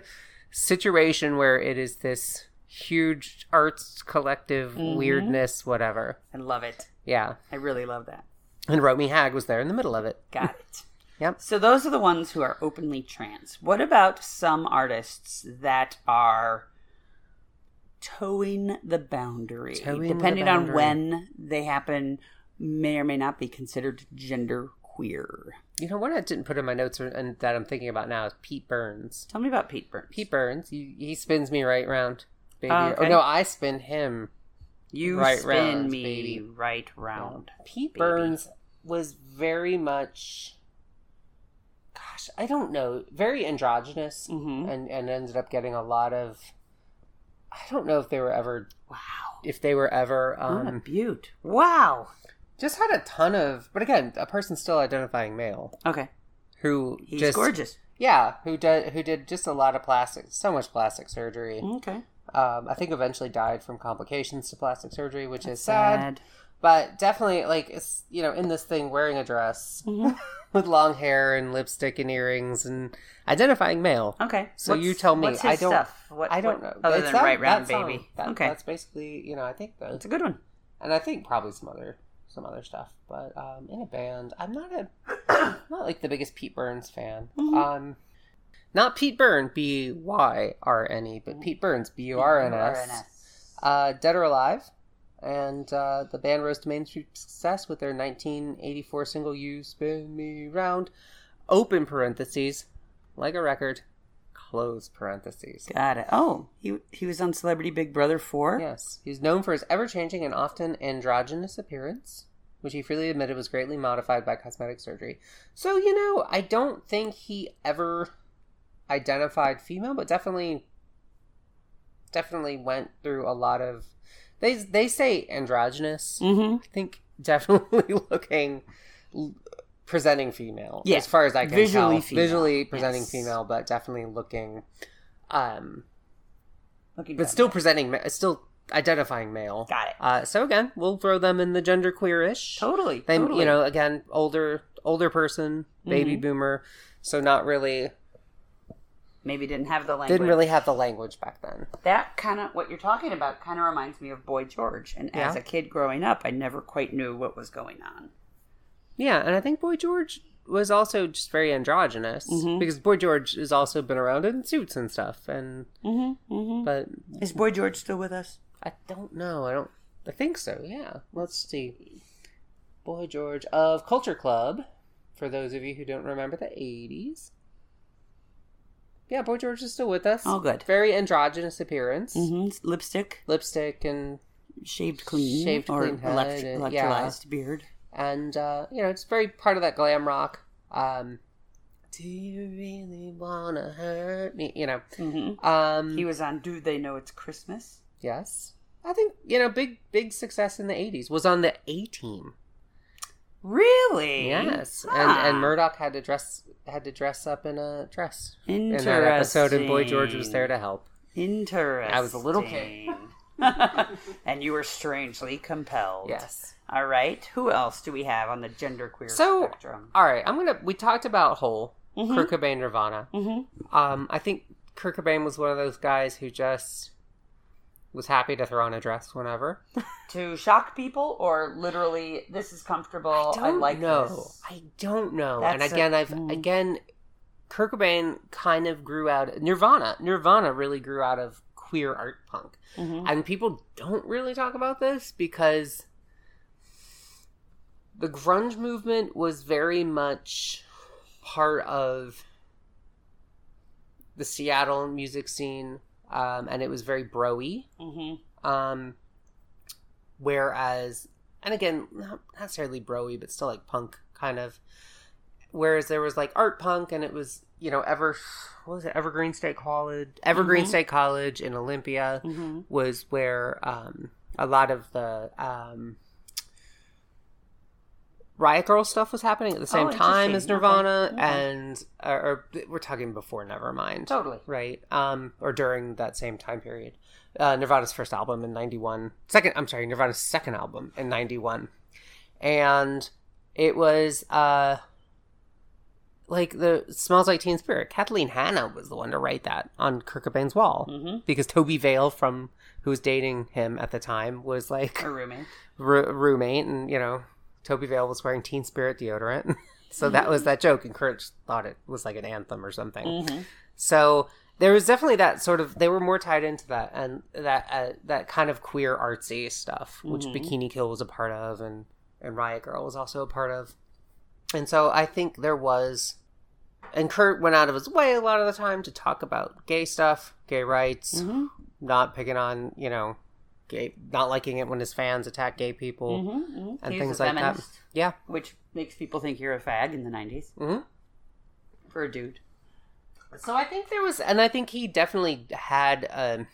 [SPEAKER 1] situation where it is this huge arts collective
[SPEAKER 2] Mm-hmm.
[SPEAKER 1] weirdness, whatever.
[SPEAKER 2] I love it.
[SPEAKER 1] Yeah,
[SPEAKER 2] I really love that.
[SPEAKER 1] and Romy Hag was there in the middle of it.
[SPEAKER 2] Got it.
[SPEAKER 1] Yep.
[SPEAKER 2] So those are the ones who are openly trans. What about some artists that are towing the boundary,
[SPEAKER 1] Towing the
[SPEAKER 2] depending
[SPEAKER 1] boundary.
[SPEAKER 2] on when they happen, may or may not be considered gender queer?
[SPEAKER 1] You know what I didn't put in my notes and that I'm thinking about now is Pete Burns.
[SPEAKER 2] Tell me about Pete Burns.
[SPEAKER 1] Pete Burns, he, he spins me right round, baby.
[SPEAKER 2] Oh, okay.
[SPEAKER 1] Or no, I spin him.
[SPEAKER 2] you
[SPEAKER 1] Right
[SPEAKER 2] spin
[SPEAKER 1] round,
[SPEAKER 2] me
[SPEAKER 1] baby.
[SPEAKER 2] right round.
[SPEAKER 1] Pete
[SPEAKER 2] baby.
[SPEAKER 1] Burns was very much, gosh, I don't know, very androgynous,
[SPEAKER 2] Mhm.
[SPEAKER 1] and and ended up getting a lot of. I don't know if they were ever,
[SPEAKER 2] Wow.
[SPEAKER 1] if they were ever,
[SPEAKER 2] What a
[SPEAKER 1] um,
[SPEAKER 2] beaut. Wow.
[SPEAKER 1] just had a ton of. But again, a person still identifying male
[SPEAKER 2] Okay.
[SPEAKER 1] who
[SPEAKER 2] He's
[SPEAKER 1] just
[SPEAKER 2] gorgeous.
[SPEAKER 1] yeah, who did who did just a lot of plastic, so much plastic surgery.
[SPEAKER 2] Okay.
[SPEAKER 1] Um, I think eventually died from complications to plastic surgery, which is sad. but definitely like it's you know in this thing wearing a dress
[SPEAKER 2] Mhm.
[SPEAKER 1] with long hair and lipstick and earrings and identifying male
[SPEAKER 2] Okay.
[SPEAKER 1] So you tell me.
[SPEAKER 2] What's his
[SPEAKER 1] I don't-
[SPEAKER 2] Stuff? What,
[SPEAKER 1] i don't
[SPEAKER 2] what-
[SPEAKER 1] know
[SPEAKER 2] Other
[SPEAKER 1] It's
[SPEAKER 2] than
[SPEAKER 1] that-
[SPEAKER 2] right round,
[SPEAKER 1] that song.
[SPEAKER 2] baby.
[SPEAKER 1] That-
[SPEAKER 2] okay.
[SPEAKER 1] that's basically you know i think
[SPEAKER 2] That's
[SPEAKER 1] the,
[SPEAKER 2] a good one.
[SPEAKER 1] and i think probably some other some other stuff but um in a band i'm not a I'm not like the biggest pete burns fan
[SPEAKER 2] Mm-hmm.
[SPEAKER 1] um not pete byrne b-y-r-n-e E,
[SPEAKER 2] Mm-hmm.
[SPEAKER 1] but pete burns b-u-r-n-s uh, Dead or Alive, and uh, the band rose to mainstream success with their 1984 single "You Spin Me Round." Open parentheses, like a record. Close parentheses.
[SPEAKER 2] Got it. Oh, he he was on Celebrity Big Brother four.
[SPEAKER 1] Yes, he's known for his ever-changing and often androgynous appearance, which he freely admitted was greatly modified by cosmetic surgery. So you know, I don't think he ever identified female, but definitely, definitely went through a lot of. They they say androgynous.
[SPEAKER 2] Mm-hmm.
[SPEAKER 1] I think definitely looking l- presenting female
[SPEAKER 2] Yeah.
[SPEAKER 1] as far as I can
[SPEAKER 2] Visually
[SPEAKER 1] tell.
[SPEAKER 2] female,
[SPEAKER 1] Visually presenting
[SPEAKER 2] yes.
[SPEAKER 1] female, but definitely looking, um,
[SPEAKER 2] Looking
[SPEAKER 1] but
[SPEAKER 2] good.
[SPEAKER 1] still presenting, ma- still identifying male.
[SPEAKER 2] Got it.
[SPEAKER 1] Uh, so again, we'll throw them in the gender queerish.
[SPEAKER 2] totally.
[SPEAKER 1] They,
[SPEAKER 2] totally. Mm-hmm.
[SPEAKER 1] you know, again, older older person, baby boomer, so not really
[SPEAKER 2] maybe didn't have the language.
[SPEAKER 1] didn't really have the language back then.
[SPEAKER 2] That kind of what you're talking about kind of reminds me of Boy George. And as
[SPEAKER 1] Yeah.
[SPEAKER 2] a kid growing up, I never quite knew what was going on.
[SPEAKER 1] Yeah, and I think Boy George was also just very androgynous
[SPEAKER 2] Mm-hmm.
[SPEAKER 1] because Boy George has also been around in suits and stuff, and
[SPEAKER 2] Mm-hmm. mm-hmm.
[SPEAKER 1] but
[SPEAKER 2] Is Boy George still with us?
[SPEAKER 1] I don't know. I don't. I think so. Yeah. Let's see. Boy George of Culture Club, for those of you who don't remember the 80s. Yeah, Boy George is still with us.
[SPEAKER 2] Oh, good.
[SPEAKER 1] Very androgynous appearance.
[SPEAKER 2] hmm Lipstick,
[SPEAKER 1] Lipstick and
[SPEAKER 2] shaved clean,
[SPEAKER 1] Shaved
[SPEAKER 2] or
[SPEAKER 1] clean head,
[SPEAKER 2] elect-
[SPEAKER 1] and- yeah.
[SPEAKER 2] electrolyzed beard.
[SPEAKER 1] and uh, you know it's very part of that glam rock. Um, Do you really wanna hurt me? You know. Um,
[SPEAKER 2] Mm-hmm. He was on Do They Know It's Christmas?
[SPEAKER 1] yes, I think you know big big success in the '80s was on the A Team.
[SPEAKER 2] Really?
[SPEAKER 1] Yes,
[SPEAKER 2] Huh.
[SPEAKER 1] and and Murdoch had to dress had to dress up in a dress in
[SPEAKER 2] Interesting.
[SPEAKER 1] that episode, and Boy George was there to help.
[SPEAKER 2] Interesting.
[SPEAKER 1] I was a little kid.
[SPEAKER 2] and you were strangely compelled.
[SPEAKER 1] Yes.
[SPEAKER 2] All right. Who else do we have on the genderqueer
[SPEAKER 1] So, uh,
[SPEAKER 2] spectrum? Mm-hmm.
[SPEAKER 1] all right, I'm gonna. We talked about Hole, Kurt Cobain, Nirvana. Um, I think Kurt Cobain was one of those guys who just was happy to throw on a dress whenever.
[SPEAKER 2] To shock people, or literally, this is comfortable. I, like
[SPEAKER 1] know.
[SPEAKER 2] this.
[SPEAKER 1] I don't know.
[SPEAKER 2] That's
[SPEAKER 1] and
[SPEAKER 2] a-
[SPEAKER 1] again, i I've
[SPEAKER 2] mm.
[SPEAKER 1] again, Kurt Cobain kind of grew out. Nirvana, Nirvana really grew out of queer art punk,
[SPEAKER 2] Mm-hmm.
[SPEAKER 1] and people don't really talk about this because the grunge movement was very much part of the Seattle music scene, um, and it was very broy.
[SPEAKER 2] Mhm.
[SPEAKER 1] Um, whereas, and again, not necessarily broy, but still like punk kind of. Whereas there was like art punk, and it was you know ever what was it Evergreen State College, Evergreen State College in Olympia
[SPEAKER 2] Mhm.
[SPEAKER 1] was where um, a lot of the um, Riot Girl stuff was happening at the same
[SPEAKER 2] Oh,
[SPEAKER 1] time as
[SPEAKER 2] interesting. Okay.
[SPEAKER 1] Nirvana,
[SPEAKER 2] Okay. Oh.
[SPEAKER 1] and or, or we're talking before Nevermind
[SPEAKER 2] Totally.
[SPEAKER 1] right? Um, or during that same time period. Uh, Nirvana's first album in 91. Second, I'm sorry, Nirvana's second album in 91. And it was uh, like the Smells Like Teen Spirit. Kathleen Hanna was the one to write that on Kurt Cobain's wall
[SPEAKER 2] Mm-hmm.
[SPEAKER 1] because Toby Vale, from who was dating him at the time, was like
[SPEAKER 2] A roommate.
[SPEAKER 1] r- roommate, and you know, Toby Vale was wearing Teen Spirit deodorant, so that was that joke, and Kurt thought it was like an anthem or something.
[SPEAKER 2] Mm. Mm-hmm.
[SPEAKER 1] So there was definitely that sort of they were more tied into that and that uh, that kind of queer artsy stuff, which Bikini Kill was a part of, and and Riot Girl was also a part of, and so I think there was. And Kurt went out of his way a lot of the time to talk about gay stuff, gay
[SPEAKER 2] Mm-hmm.
[SPEAKER 1] rights, not picking on, you know, gay, not liking it when his fans attack gay people and
[SPEAKER 2] He
[SPEAKER 1] things
[SPEAKER 2] was Mm-hmm. a
[SPEAKER 1] like that.
[SPEAKER 2] feminist,
[SPEAKER 1] Yeah,
[SPEAKER 2] Which makes people think you're a fag in the 90s.
[SPEAKER 1] Mhm.
[SPEAKER 2] For a dude.
[SPEAKER 1] so I think there was, and I think he definitely had. Um,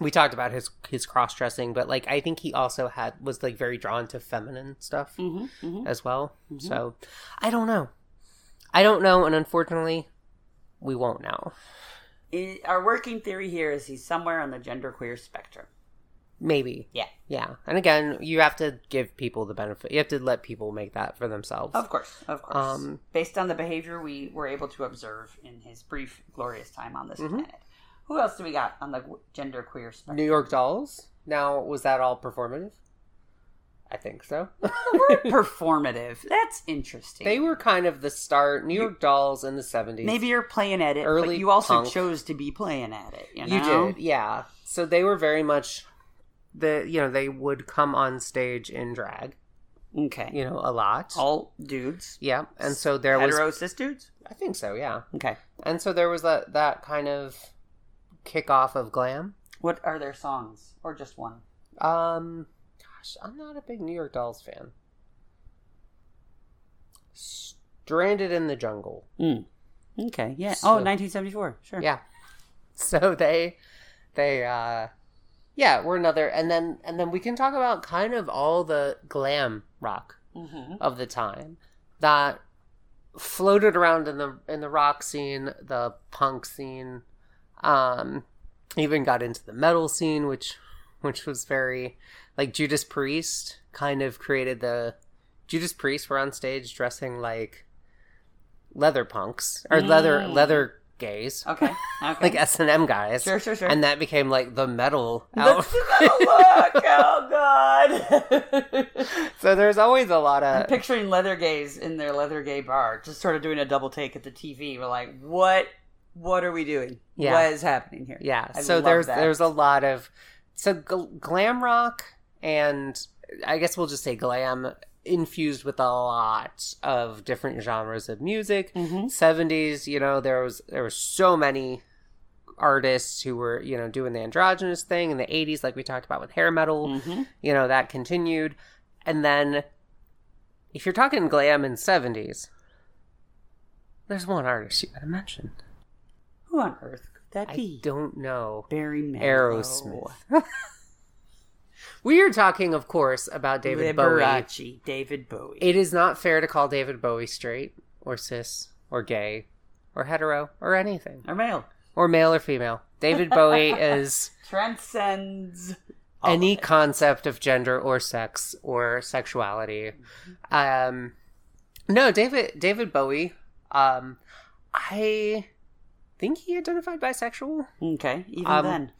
[SPEAKER 1] we talked about his his cross dressing, but like I think he also had was like very drawn to feminine stuff as well. So I don't know, I don't know, and unfortunately, we won't know.
[SPEAKER 2] I- our working theory here is he's somewhere on the genderqueer spectrum.
[SPEAKER 1] Maybe,
[SPEAKER 2] Yeah.
[SPEAKER 1] yeah. And again, you have to give people the benefit. You have to let people make that for themselves.
[SPEAKER 2] Of course, of course.
[SPEAKER 1] Um,
[SPEAKER 2] Based on the behavior we were able to observe in his brief, glorious time on this planet. Who else do we got on the genderqueer
[SPEAKER 1] Mm-hmm.
[SPEAKER 2] spectrum?
[SPEAKER 1] New York Dolls. Now, was that all performative? I think so.
[SPEAKER 2] Performative. That's interesting.
[SPEAKER 1] they were kind of the start. New York Dolls in the 70s.
[SPEAKER 2] Maybe you're playing at it,
[SPEAKER 1] Early
[SPEAKER 2] but you also
[SPEAKER 1] punk.
[SPEAKER 2] chose to be playing at it. You,
[SPEAKER 1] you
[SPEAKER 2] know?
[SPEAKER 1] did. Yeah. So they were very much the you know, they would come on stage in drag,
[SPEAKER 2] Okay.
[SPEAKER 1] you know, a lot.
[SPEAKER 2] All dudes.
[SPEAKER 1] yeah. And so there was
[SPEAKER 2] Hetero cis dudes?
[SPEAKER 1] I think so, yeah.
[SPEAKER 2] Okay.
[SPEAKER 1] And so there was that that kind of kickoff of glam.
[SPEAKER 2] What are their songs? Or just one?
[SPEAKER 1] Um gosh, I'm not a big New York Dolls fan. Stranded in the jungle.
[SPEAKER 2] Okay, yeah.
[SPEAKER 1] So-
[SPEAKER 2] oh, 1974. Sure.
[SPEAKER 1] yeah so they they uh yeah we're another and then and then we can talk about kind of all the glam rock
[SPEAKER 2] Mm-hmm.
[SPEAKER 1] of the time that floated around in the in the rock scene the punk scene um even got into the metal scene which which was very like judas priest kind of created the judas priest were on stage dressing like leather punks or leather leather gays
[SPEAKER 2] Okay. Okay.
[SPEAKER 1] like S and M guys.
[SPEAKER 2] Sure, sure, sure.
[SPEAKER 1] And that became like the metal
[SPEAKER 2] That's
[SPEAKER 1] outfit.
[SPEAKER 2] look. Oh God.
[SPEAKER 1] so there's always a lot
[SPEAKER 2] I'm
[SPEAKER 1] of
[SPEAKER 2] picturing leather gays in their leather gay bar, just sort of doing a double take at the TV. We're like, what? What are we doing?
[SPEAKER 1] Yeah.
[SPEAKER 2] What is happening here?
[SPEAKER 1] yeah.
[SPEAKER 2] I
[SPEAKER 1] so
[SPEAKER 2] love
[SPEAKER 1] there's
[SPEAKER 2] that.
[SPEAKER 1] there's a lot of so gl- glam rock and I guess we'll just say glam infused with a lot of different genres of music.
[SPEAKER 2] Mm-hmm.
[SPEAKER 1] 70s, you know, there was there were so many artists who were, you know, doing the androgynous thing in the 80s like we talked about with hair metal. You know, that continued. And then if you're talking glam in 70s, there's one artist you got to mention.
[SPEAKER 2] Who on earth could that
[SPEAKER 1] I
[SPEAKER 2] be?
[SPEAKER 1] don't know.
[SPEAKER 2] Barry Manilow.
[SPEAKER 1] Aerosmith. we are talking, of course, about David Bowie.
[SPEAKER 2] Liberace, David Bowie.
[SPEAKER 1] It is not fair to call David Bowie straight or cis or gay or hetero or anything
[SPEAKER 2] Or male.
[SPEAKER 1] or male or female. David Bowie is
[SPEAKER 2] Transcends.
[SPEAKER 1] any concept of gender or sex or sexuality. Um, no, David David Bowie. Um, I think he identified bisexual.
[SPEAKER 2] Okay, even
[SPEAKER 1] Um,
[SPEAKER 2] then.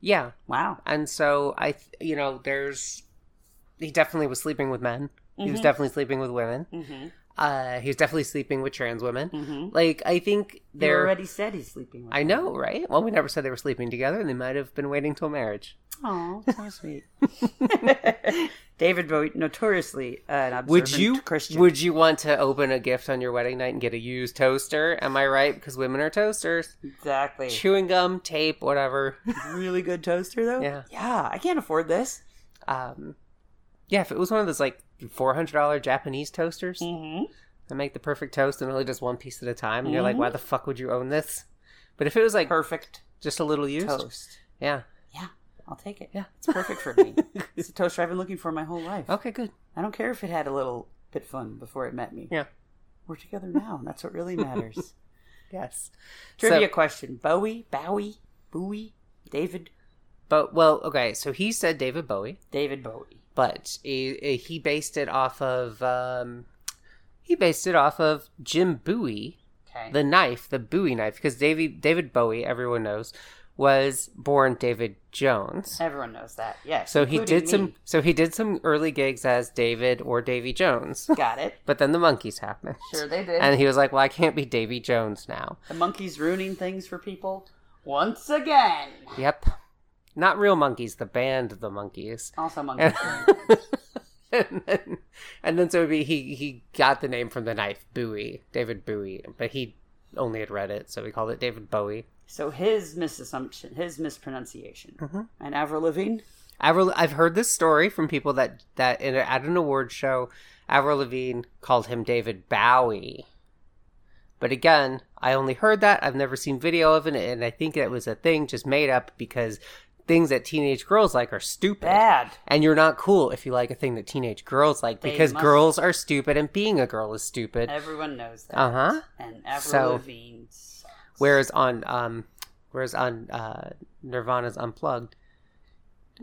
[SPEAKER 1] Yeah,
[SPEAKER 2] Wow.
[SPEAKER 1] and so I, th- you know, there's he definitely was sleeping with men. He was definitely sleeping with women. Uh, he was definitely sleeping with trans women. Like I think
[SPEAKER 2] They
[SPEAKER 1] Mm-hmm. they're.
[SPEAKER 2] already said he's sleeping with
[SPEAKER 1] I know, right? Well, we never said they were sleeping together. They might have been waiting till marriage.
[SPEAKER 2] Oh, so sweet. David Bowie, notoriously uh, an observant
[SPEAKER 1] Would you
[SPEAKER 2] Christian.
[SPEAKER 1] would you want to open a gift on your wedding night and get a used toaster? Am I right? Because women are toasters.
[SPEAKER 2] exactly.
[SPEAKER 1] Chewing gum, tape, whatever.
[SPEAKER 2] really good toaster though.
[SPEAKER 1] Yeah.
[SPEAKER 2] Yeah, I can't afford this.
[SPEAKER 1] Um, yeah, if it was one of those like four hundred dollar Japanese toasters
[SPEAKER 2] Mm. Mm-hmm.
[SPEAKER 1] that make the perfect toast and only does one piece at a time, and you're like, why the fuck would you own this? But if it was like
[SPEAKER 2] Perfect
[SPEAKER 1] just a little used,
[SPEAKER 2] toast.
[SPEAKER 1] yeah,
[SPEAKER 2] Yeah, I'll take it.
[SPEAKER 1] Yeah. Oh.
[SPEAKER 2] it's perfect for me. it's a toaster I've been looking for my whole life.
[SPEAKER 1] okay, good,
[SPEAKER 2] I don't care if it had a little bit fun before it met me.
[SPEAKER 1] yeah,
[SPEAKER 2] We're together now, and that's what really matters.
[SPEAKER 1] yes.
[SPEAKER 2] Trivia
[SPEAKER 1] So-
[SPEAKER 2] question: Bowie, Bowie, Bowie, David,
[SPEAKER 1] But well, okay, so he said David Bowie.
[SPEAKER 2] David Bowie.
[SPEAKER 1] but he, he based it off of um, he based it off of Jim Bowie,
[SPEAKER 2] Okay.
[SPEAKER 1] the knife, the Bowie knife, because David David Bowie, everyone knows, was born David Jones.
[SPEAKER 2] Everyone knows that. Yes.
[SPEAKER 1] So he
[SPEAKER 2] Uh, including
[SPEAKER 1] did some
[SPEAKER 2] me.
[SPEAKER 1] so he did some early gigs as David or Davy Jones.
[SPEAKER 2] Got it.
[SPEAKER 1] But then the monkeys happened.
[SPEAKER 2] Sure they did.
[SPEAKER 1] And he was like, Well I can't be Davy Jones now.
[SPEAKER 2] The monkeys ruining things for people once again.
[SPEAKER 1] Yep. Not real monkeys, the band the monkeys.
[SPEAKER 2] Also, monkeys.
[SPEAKER 1] and, and then, and then so it'd be, he he got the name from the knife Bowie, David Bowie, but he only had read it, so we called it David Bowie.
[SPEAKER 2] so his misassumption, his mispronunciation,
[SPEAKER 1] Mm-hmm.
[SPEAKER 2] and Avril Lavigne.
[SPEAKER 1] Avril, I've heard this story from people that that in, at an award show, Avril Lavigne called him David Bowie. But again, I only heard that. I've never seen video of it, and I think that was a thing just made up because things that teenage girls like are stupid.
[SPEAKER 2] Bad.
[SPEAKER 1] And you're not cool if you like a thing that teenage girls like
[SPEAKER 2] They
[SPEAKER 1] because
[SPEAKER 2] must-
[SPEAKER 1] girls are stupid and being a girl is stupid.
[SPEAKER 2] Everyone knows that.
[SPEAKER 1] Uh huh.
[SPEAKER 2] And Avril
[SPEAKER 1] So-
[SPEAKER 2] Lavigne. sucks.
[SPEAKER 1] Whereas on um, whereas on uh, Nirvana's Unplugged,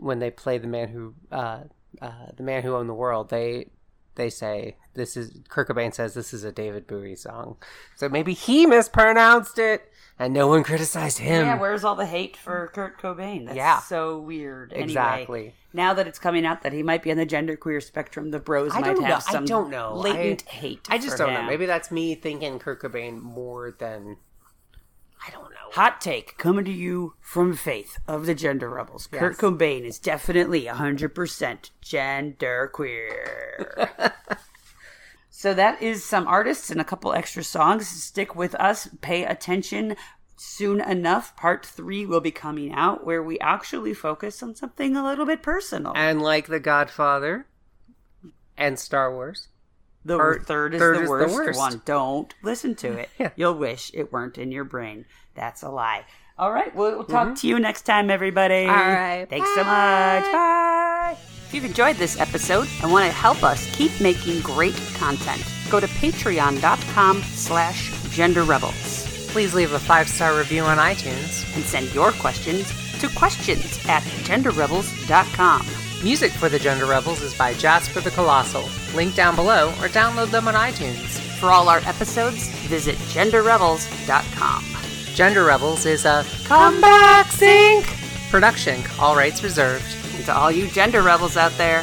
[SPEAKER 1] when they play the man who uh, uh, the man who owned the world, they they say this is Kurt Cobain says this is a David Bowie song, so maybe he mispronounced it and no one criticized him.
[SPEAKER 2] Yeah, where's all the hate for Kurt Cobain? That's
[SPEAKER 1] Yeah.
[SPEAKER 2] so weird. Anyway,
[SPEAKER 1] Exactly.
[SPEAKER 2] Now that it's coming out that he might be on the genderqueer spectrum, the bros
[SPEAKER 1] I
[SPEAKER 2] might
[SPEAKER 1] don't
[SPEAKER 2] have
[SPEAKER 1] know.
[SPEAKER 2] some
[SPEAKER 1] I don't know.
[SPEAKER 2] latent
[SPEAKER 1] I,
[SPEAKER 2] hate.
[SPEAKER 1] I just
[SPEAKER 2] for
[SPEAKER 1] don't
[SPEAKER 2] him.
[SPEAKER 1] know. Maybe that's me thinking Kurt Cobain more than I don't know.
[SPEAKER 2] Hot take coming to you from Faith of the Gender Rebels. Kurt Cobain is definitely 100% genderqueer. so that is some artists and a couple extra songs. Stick with us, pay attention. Soon enough, part three will be coming out where we actually focus on something a little bit personal.
[SPEAKER 1] And like The Godfather and Star Wars.
[SPEAKER 2] The
[SPEAKER 1] Or-
[SPEAKER 2] third is,
[SPEAKER 1] third
[SPEAKER 2] the,
[SPEAKER 1] is the
[SPEAKER 2] worst
[SPEAKER 1] worst.
[SPEAKER 2] one. Don't listen to it.
[SPEAKER 1] Yeah.
[SPEAKER 2] You'll wish it weren't in your brain. That's a lie. All right. We'll, we'll talk to you next time, everybody. All
[SPEAKER 1] Mm-hmm. right.
[SPEAKER 2] Thanks so much. Bye. If you've enjoyed this episode and want to help us keep making great content, go to patreon.com slash gender rebels
[SPEAKER 1] Please leave a five star review on iTunes.
[SPEAKER 2] and send your questions to questions at genderrebels.com.
[SPEAKER 1] Music for the Gender Rebels is by Jasper the Colossal. Link down below or download them on iTunes.
[SPEAKER 2] For all our episodes, visit genderrebels.com.
[SPEAKER 1] Gender Rebels is a
[SPEAKER 2] Come back, sync!
[SPEAKER 1] production, all rights reserved.
[SPEAKER 2] And to all you gender rebels out there,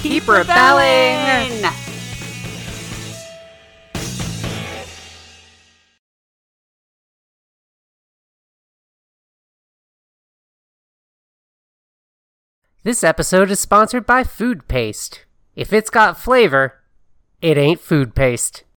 [SPEAKER 2] keep,
[SPEAKER 1] rebelling.
[SPEAKER 2] rebelling.
[SPEAKER 1] This episode is sponsored by Food Paste. If it's got flavor, it ain't food paste.